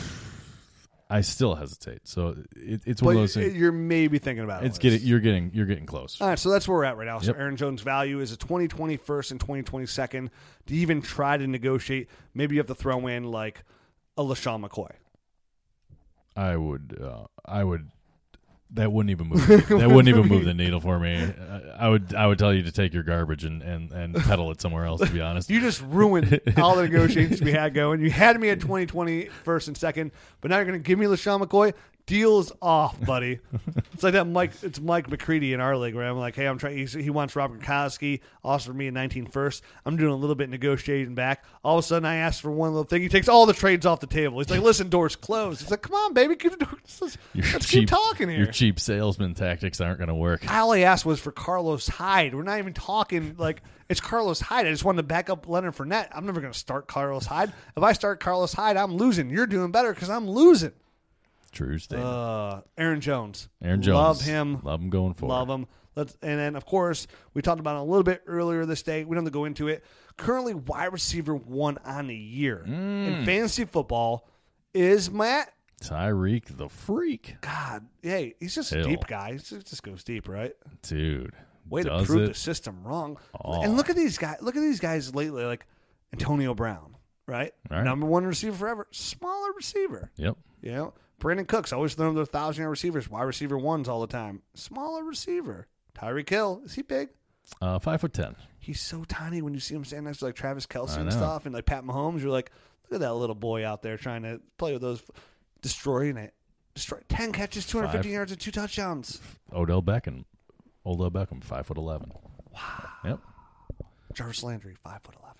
I still hesitate. So it, it's one
But
of those
you-
things.
you're maybe thinking about it.
It's getting you're getting you're getting close.
All right, so that's where we're at right now. So
Yep.
Aaron Jones' value is a 2020 first and 2020 second. To even try to negotiate, maybe you have to throw in like a LaShawn McCoy.
I would uh, I would that wouldn't
[laughs]
even move that wouldn't even move the needle for me. I, I would I would tell you to take your garbage and and and pedal it somewhere else. To be honest,
[laughs] You just ruined all the negotiations we had going. You had me at 2020 first and second, but now you're going to give me LaShawn McCoy. Deal's off, buddy. it's like that Mike. It's Mike McCready in our league where I'm like, hey, I'm trying. He wants Rob Gronkowski, offered me a 19 first. I'm doing a little bit negotiating back. All of a sudden, I ask for one little thing. He takes all the trades off the table. He's like, listen, doors closed. It's like, come on, baby, keep the doors. Let's,
Your
let's
cheap-
keep talking here.
Your cheap salesman tactics aren't going to work.
all I asked was for Carlos Hyde. We're not even talking like it's Carlos Hyde. I just wanted to back up Leonard Fournette. I'm never going to start Carlos Hyde. If I start Carlos Hyde, I'm losing. You're doing better because I'm losing.
True statement.
Uh, Aaron Jones.
Aaron Jones.
Love him.
Love him going forward.
Love him. Let's and then of course we talked about it a little bit earlier this day. We don't have to go into it. Currently, wide receiver one on the year
Mm.
in fantasy football is Matt.
Tyreek the freak,
God, hey, he's just
Hill.
a deep guy. He just just goes deep, right?
dude.
way to
does
prove
it.
the system wrong.
Oh.
And look at these guys. Look at these guys lately, like Antonio Brown, right?
Right.
Number one receiver forever, smaller receiver.
Yep.
You know, Brandon Cooks always throwing their thousand yard receivers, wide receiver ones all the time, smaller receiver. Tyreek Hill is he big?
Uh, five foot ten.
He's so tiny when you see him standing next to like Travis
I
Kelsey and
know.
stuff, and like Pat Mahomes. You're like, look at that little boy out there trying to play with those, destroying it. Destroy ten catches, two hundred fifty
Five.
yards, and two touchdowns.
Odell Beckham. Odell Beckham, five foot eleven. Wow. Yep.
Jarvis Landry, five foot eleven.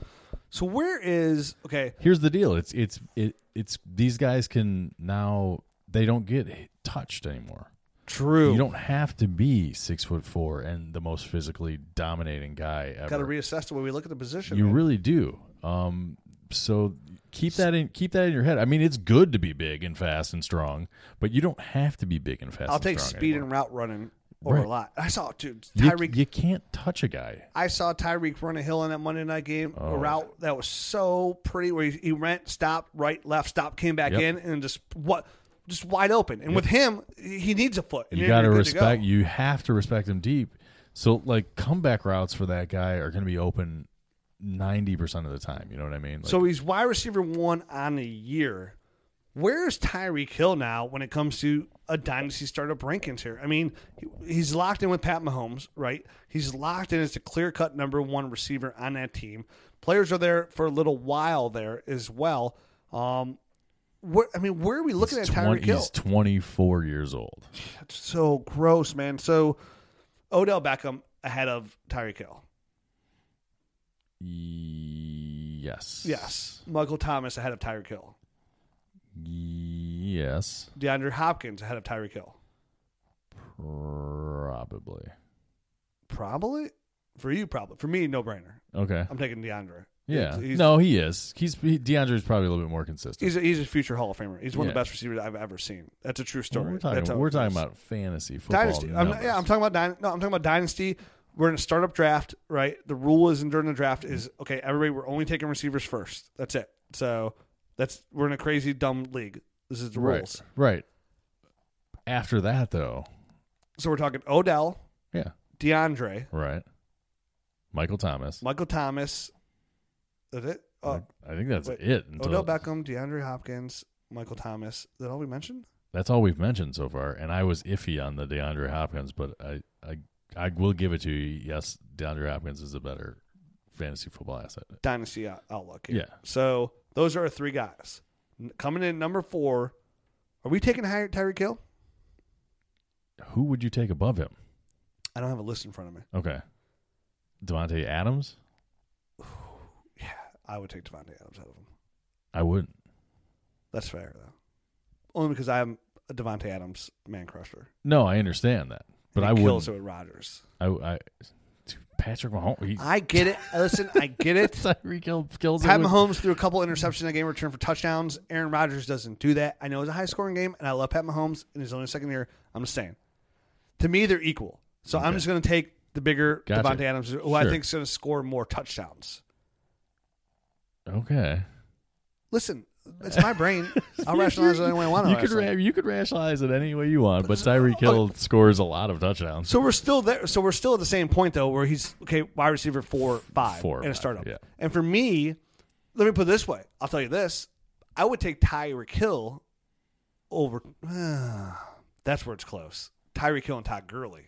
Yep.
So where is okay?
Here's the deal. It's it's it, it's these guys can now they don't get hit- touched anymore.
True.
You don't have to be six foot four and the most physically dominating guy ever.
got to reassess the way we look at the position.
you
man.
really do. Um, so keep that in keep that in your head. I mean, it's good to be big and fast and strong, but you don't have to be big and fast.
I'll
and
take
strong
speed
anymore.
and route running over
Right.
a lot. I saw dude
You-
Tyreek.
You, can't touch a guy.
I saw Tyreek run a hill in that Monday night game.
Oh.
A route that was so pretty, where he, he went, stopped, right, left, stopped, came back
Yep.
in, and just what, just wide open. And with him, he needs a foot. and
You
then
got to
you're good go.
respect. You have to respect him deep. So like comeback routes for that guy are going to be open ninety percent of the time. You know what I mean? Like,
So he's wide receiver one on the year. Where's Tyreek Hill now when it comes to a dynasty startup rankings here? I mean, he- he's locked in with Pat Mahomes, right? He's locked in as the clear cut number one receiver on that team. Players are there for a little while there as well. Um, where, I mean, where are we looking
he's
at Tyreek
twen-
Hill?
he's twenty four years old.
That's so gross, man. So Odell Beckham ahead of Tyreek Hill.
Yes.
Yes. Michael Thomas ahead of Tyreek Hill.
Yes.
DeAndre Hopkins ahead of Tyreek Hill.
Probably.
Probably for you, probably for me, no brainer.
Okay.
I'm taking DeAndre.
Yeah,
He's-
no, he is. He's he, DeAndre's probably a little bit more consistent.
He's a, he's a future Hall of Famer. He's one of the
Yeah.
best receivers I've ever seen. That's a true
Well,
story.
we're talking,
That's how
we're
it
talking
goes.
about fantasy football.
dynasty. I'm,
numbers.
yeah, I'm talking about dyn- no, I'm talking about dynasty. We're in a startup draft, right? The rule is during the draft is okay. Everybody, we're only taking receivers first. That's it. So that's we're in a crazy dumb league. This is the
right,
rules.
right. After that, though,
So we're talking Odell,
yeah,
DeAndre,
right. Michael Thomas.
Michael Thomas. Is it? Uh,
I I think that's
wait,
it. Until,
Odell Beckham, DeAndre Hopkins, Michael Thomas. Is that all we mentioned?
That's all we've mentioned so far, and I was iffy on the DeAndre Hopkins, but I, I, I will give it to you. Yes, DeAndre Hopkins is a better fantasy football asset.
Dynasty out- outlook. Here.
Yeah,
So those are our three guys N- coming in number four. Are we taking Hy- Tyreek Hill?
who would you take above him?
I don't have a list in front of me.
Okay, Devontae Adams.
I would take Devontae Adams out of him.
I wouldn't.
That's fair though, only because I'm a Devontae Adams man crusher.
No, I understand that, but
And
I
he
would.
kills it with Rodgers.
I, I, dude, Patrick Mahomes. He,
I get it. Listen, I get it.
[laughs] Tyreek Hill kills it
Pat
with-
Mahomes threw a couple interceptions in that game, returned for touchdowns. Aaron Rodgers doesn't do that. I know it's a high scoring game, and I love Pat Mahomes in his only second year. I'm just saying. To me, they're equal. So I'm
Okay.
just going to take the bigger
Gotcha.
Devontae Adams, who I
Sure.
think is going to score more touchdowns.
Okay,
Listen, it's my brain.
[laughs]
I'll rationalize it any way I want to.
you could ra- you could rationalize it any way you want,
[laughs]
but Tyreek Hill scores a lot of touchdowns.
So we're still there. So we're still at the same point though, where he's okay, wide receiver four, five,
Four,
in a
five,
startup.
yeah.
And for me, let me put it this way: I'll tell you this. I would take Tyreek Hill over. [sighs] that's where it's close. Tyreek Hill and Todd Gurley,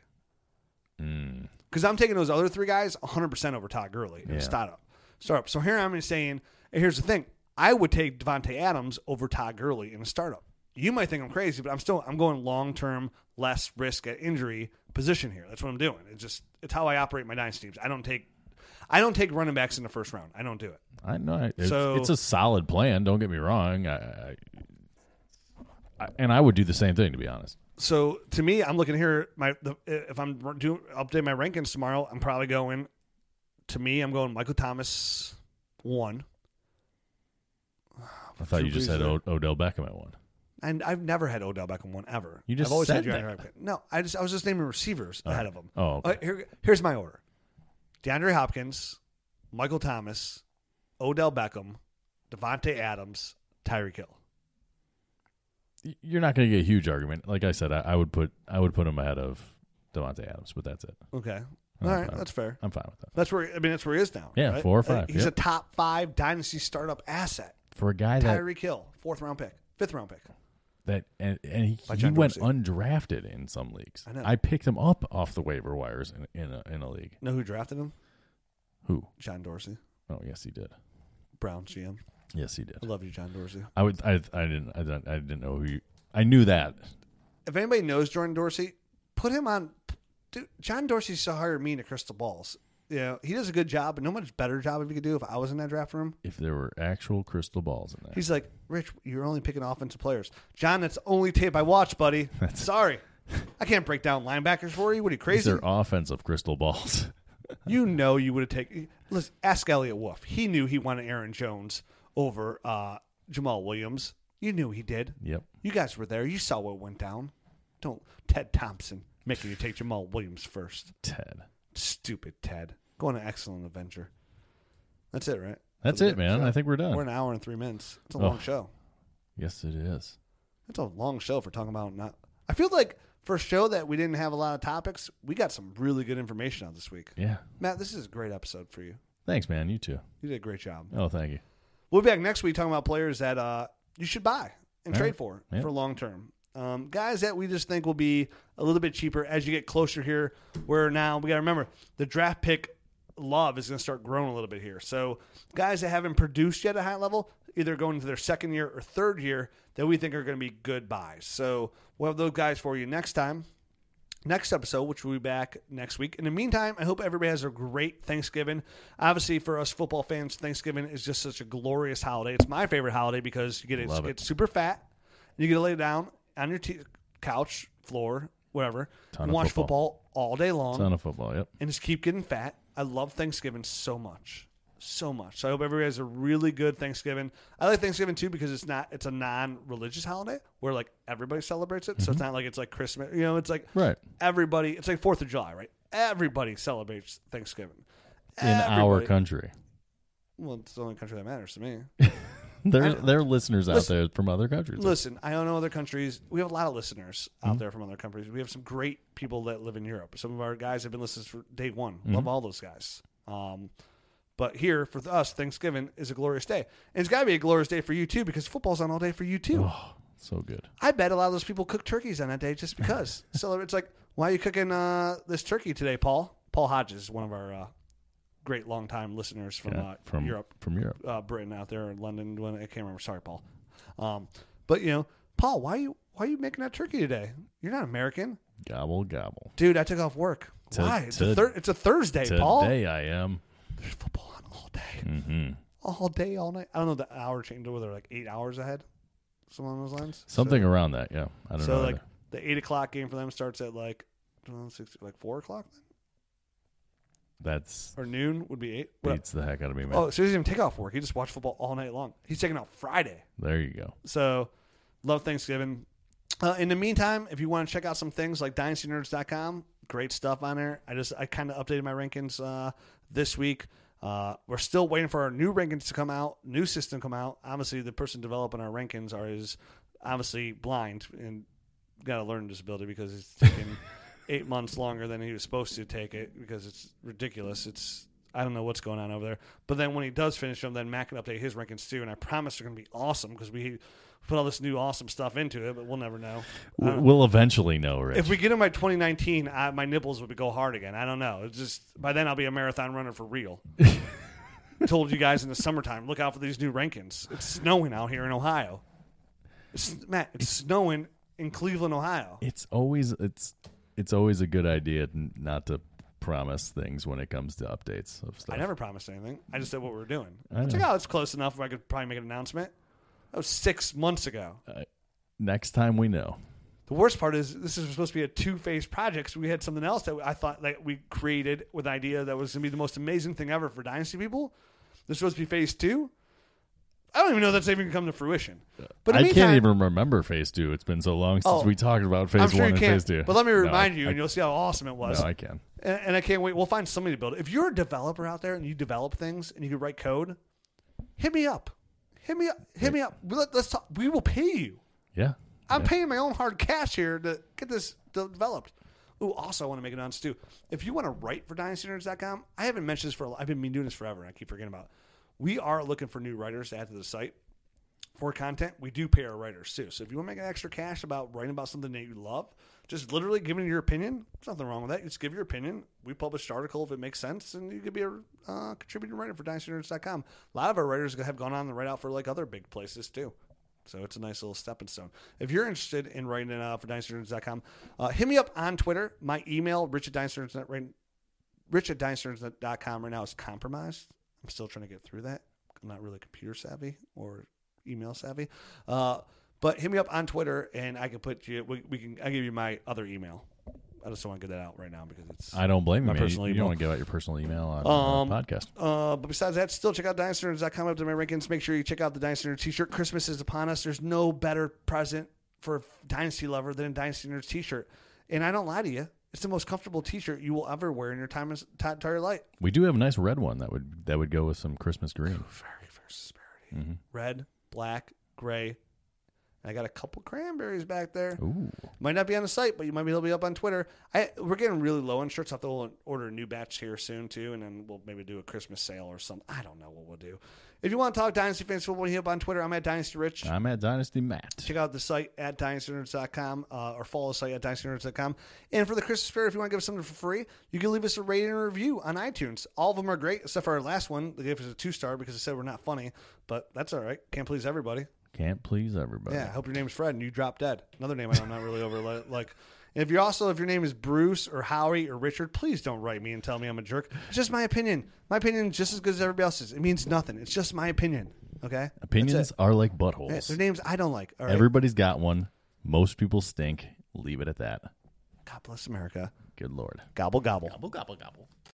Mm,
because I'm taking those other three guys 100 percent over Todd Gurley in
Yeah.
a startup. Startup. So here I'm saying, and here's the thing: I would take Devonte Adams over Todd Gurley in a startup. You might think I'm crazy, but I'm still I'm going long term, less risk at injury position here. That's what I'm doing. It's just it's how I operate my dynasty teams. I don't take I don't take running backs in the first round. I don't do it.
I know I- it's,
So-
it's a solid plan. Don't get me wrong. I, I, I, and I would do the same thing to be honest.
So to me, I'm looking here. My the, if I'm doing update my rankings tomorrow, I'm probably going. To me, I'm going Michael Thomas one.
I thought
Drew
you just
Brees
had
there.
o- Odell Beckham at one.
And I've never had Odell Beckham one ever.
You just
I've always
said
had
that.
DeAndre Hopkins. No, I just I was just naming receivers ahead of him.
Oh, okay.
Uh, here, here's my order: DeAndre Hopkins, Michael Thomas, Odell Beckham, Devontae Adams, Tyreek Hill.
Y- You're not going to get a huge argument. Like I said, I, I would put I would put him ahead of Devontae Adams, but that's it.
Okay,
Oh,
all right,
okay.
that's fair.
I'm fine with that.
That's where I mean that's where he is now.
Yeah,
right?
four or
Uh,
five,
he's
yep.
a top five dynasty startup asset.
For a guy that
Tyreek Hill, fourth round pick, fifth round pick.
that and, and he,
By
he
John
went
Dorsey.
undrafted in some leagues.
I know.
picked him up off the waiver wires in in a, in a league.
Know who drafted him?
Who?
John Dorsey,
Oh, yes, he did.
Brown GM.
Yes, he
I
did.
love you, John Dorsey.
I would. I. I didn't. I didn't. I didn't know who. You, I knew that.
if anybody knows Jordan Dorsey, put him on. Dude, John Dorsey used to hire me into Crystal Balls. You know, he does a good job, but no much better job if he could do if I was in that draft room.
If there were actual crystal balls in there,
He's like, Rich, you're only picking offensive players. John, that's the only tape I watch,
[laughs]
buddy. Sorry. I can't break down linebackers for you. What are you,
these
crazy?
are offensive crystal balls. [laughs]
you know you would have taken. Listen, ask Elliot Wolf. He knew he wanted Aaron Jones over uh, Jamal Williams. You knew he did.
yep.
You guys were there. You saw what went down. Don't Ted Thompson making you take Jamal Williams first.
Ted.
Stupid Ted. Going to excellent adventure. That's it, right?
That's
For the
it, man.
show.
I think we're done.
We're an hour and three minutes. It's a
Oh.
long show.
yes, it is.
It's a long show for talking about not. I feel like for a show that we didn't have a lot of topics, we got some really good information out this week.
Yeah.
Matt, this is a great episode for you.
Thanks, man. You too.
You did a great job.
Oh, thank you.
We'll be back next week talking about players that uh, you should buy and
All
trade
right.
for
Yeah.
for long term. Um, guys that we just think will be a little bit cheaper as you get closer here. Where now we got to remember the draft pick love is going to start growing a little bit here. So guys that haven't produced yet at a high level, either going into their second year or third year, that we think are going to be good buys. So we'll have those guys for you next time next episode, which will be back next week. In the meantime, I hope everybody has a great Thanksgiving. Obviously, for us football fans, Thanksgiving is just such a glorious holiday. It's my favorite holiday because you get to
Love it.
get super fat, and you get to lay down on your t- couch, floor, whatever,
Ton
and
of
watch
football.
football all day long,
Ton of football. Yep.
and just keep getting fat. I love Thanksgiving so much. so much. So I hope everybody has a really good Thanksgiving. I like Thanksgiving too because it's not it's a non-religious holiday where like everybody celebrates it. So
Mm-hmm.
it's not like it's like Christmas. You know, it's like
Right.
everybody. It's like Fourth of July, right? Everybody celebrates Thanksgiving.
in our
Everybody-
country.
well, it's the only country that matters to me.
There, there are listeners out there from other countries.
Listen, I don't know other countries. We have a lot of listeners out
Mm-hmm.
there from other countries. We have some great people that live in Europe. Some of our guys have been listeners for day one.
Mm-hmm.
Love all those guys. Um, but here for us, Thanksgiving is a glorious day, and it's got to be a glorious day for you too because football's on all day for you
Oh,
too.
so good.
I bet a lot of those people cook turkeys on that day just
[laughs]
because. so it's like, why are you cooking uh, this turkey today, Paul? Paul Hodges is one of our uh, great longtime listeners from, uh,
from
Europe
From Europe.
uh, Britain out there in London. When I can't remember. Sorry, Paul. Um, but you know, Paul, why you why you making that turkey today? You're not American,
Gobble gobble.
dude. I took off work.
To-
why? It's
to-
a thir- it's a Thursday,
Today
Paul.
I am.
There's football on all day,
hmm
all day, all night. I don't know the hour change. Whether like eight hours ahead, something along those lines.
Something around that. Yeah.
So,
I don't
so
know.
like
either.
the eight o'clock game for them starts at like. I don't know, six, like four o'clock then?
That's
or noon would be eight. What-
beats the heck out of me, man.
Oh, so he doesn't even take off work. He just watched football all night long. He's taking off Friday.
There you go.
So, love Thanksgiving. Uh, in the meantime, if you want to check out some things like dynastynerds.com, great stuff on there. I just I kind of updated my rankings uh, this week. Uh, we're still waiting for our new rankings to come out, new system come out. Obviously, the person developing our rankings are is obviously blind and got a learning disability because it's taken eight months longer than he was supposed to take it because it's ridiculous. It's I don't know what's going on over there. But then when he does finish them, then Mac can update his rankings too, and I promise they're going to be awesome because we put all this new awesome stuff into it. But we'll never know. I don't-
We'll eventually know, Rich.
if we get him by 2019, I, my nipples would go hard again. I don't know. It's just by then I'll be a marathon runner for real. Told you guys in the summertime, look out for these new rankings. It's snowing out here in Ohio. It's, Matt, it's snowing in Cleveland, Ohio.
it's always it's it's always a good idea n- not to promise things when it comes to updates of stuff.
I never promised anything. I just said what we were doing.
I
I was like,
know.
oh, it's close enough where I could probably make an announcement. That was six months ago.
Uh, Next time we know.
The worst part is this is supposed to be a two phase project. So we had something else that I thought like we created with an idea that was going to be the most amazing thing ever for Dynasty people. This was supposed to be phase two. I don't even know that's even come to fruition. But in
Uh, I
the meantime,
can't even remember phase two. It's been so long since
Oh.
we talked about phase
I'm sure
one
you
and phase two.
can't. But let me
No, I-
remind you,
I,
and you'll see how awesome it was.
no, I can.
and, and I can't wait. We'll find somebody to build it. If you're a developer out there and you develop things and you can write code, hit me up. Hit me up. Hit me up. Let, let's talk. We will pay you.
Yeah.
I'm paying my own hard cash here to get this de- developed. Ooh, also, I want to make an announcement too. If you want to write for DynastyNerds.com, I haven't mentioned this for. a li- I've been doing this forever, and I keep forgetting about. it. We are looking for new writers to add to the site for content. We do pay our writers too. So if you want to make an extra cash about writing about something that you love, just literally giving your opinion. There's nothing wrong with that. You just give your opinion. We publish the article if it makes sense, and you could be a uh, contributing writer for DynastyNerds.com. A lot of our writers have gone on to write out for like other big places too. So it's a nice little stepping stone. If you're interested in writing it uh, for DynastyNerds.com, uh, hit me up on Twitter. My email, rich at DynastyNerds.com right, rich at DynastyNerds.com right now is compromised. I'm still trying to get through that. I'm not really computer savvy or email savvy. Uh, but hit me up on Twitter and I can put you, we, we can, I'll give you my other email. I just don't want to get that out right now because it's.
I don't blame you.
My
Man. You,
personal
you
email.
don't want to give out your personal email on
Um,
uh, podcast.
Uh, but besides that, still check out DynastyNerds.com up to my rankings. Make sure you check out the Dynasty Nerds t-shirt. Christmas is upon us. There's no better present for a Dynasty lover than a Dynasty Nerds t-shirt. And I don't lie to you. It's the most comfortable t-shirt you will ever wear in your time, t- entire life.
We do have a nice red one that would that would go with some Christmas green.
Very, very disparity. Red, black, gray. I got a couple cranberries back there.
Ooh.
Might not be on the site, but you might be able to be up on Twitter. I we're getting really low on shirts. I have to order a new batch here soon too, and then we'll maybe do a Christmas sale or something. I don't know what we'll do. If you want to talk Dynasty fans football, hit up on Twitter. I'm at Dynasty Rich.
I'm at Dynasty Matt.
Check out the site at dynastynerds.com uh, or follow the site at dynastynerds.com. And for the Christmas fair, if you want to give us something for free, you can leave us a rating and review on iTunes. All of them are great, except for our last one. They gave us a two star because they said we're not funny, but that's all right. Can't please everybody.
Can't please everybody.
Yeah, I hope your name's Fred and you drop dead. Another name I'm not really over li- [laughs] like. And if you're also if your name is Bruce or Howie or Richard, please don't write me and tell me I'm a jerk. It's just my opinion. My opinion is just as good as everybody else's. It means nothing. It's just my opinion. Okay. That's
Opinions
it.
are like
Yeah,
buttholes.
Their names I don't like. All right.
Everybody's got one. Most people stink. Leave it at that.
God bless America.
Good lord.
Gobble gobble.
Gobble gobble gobble.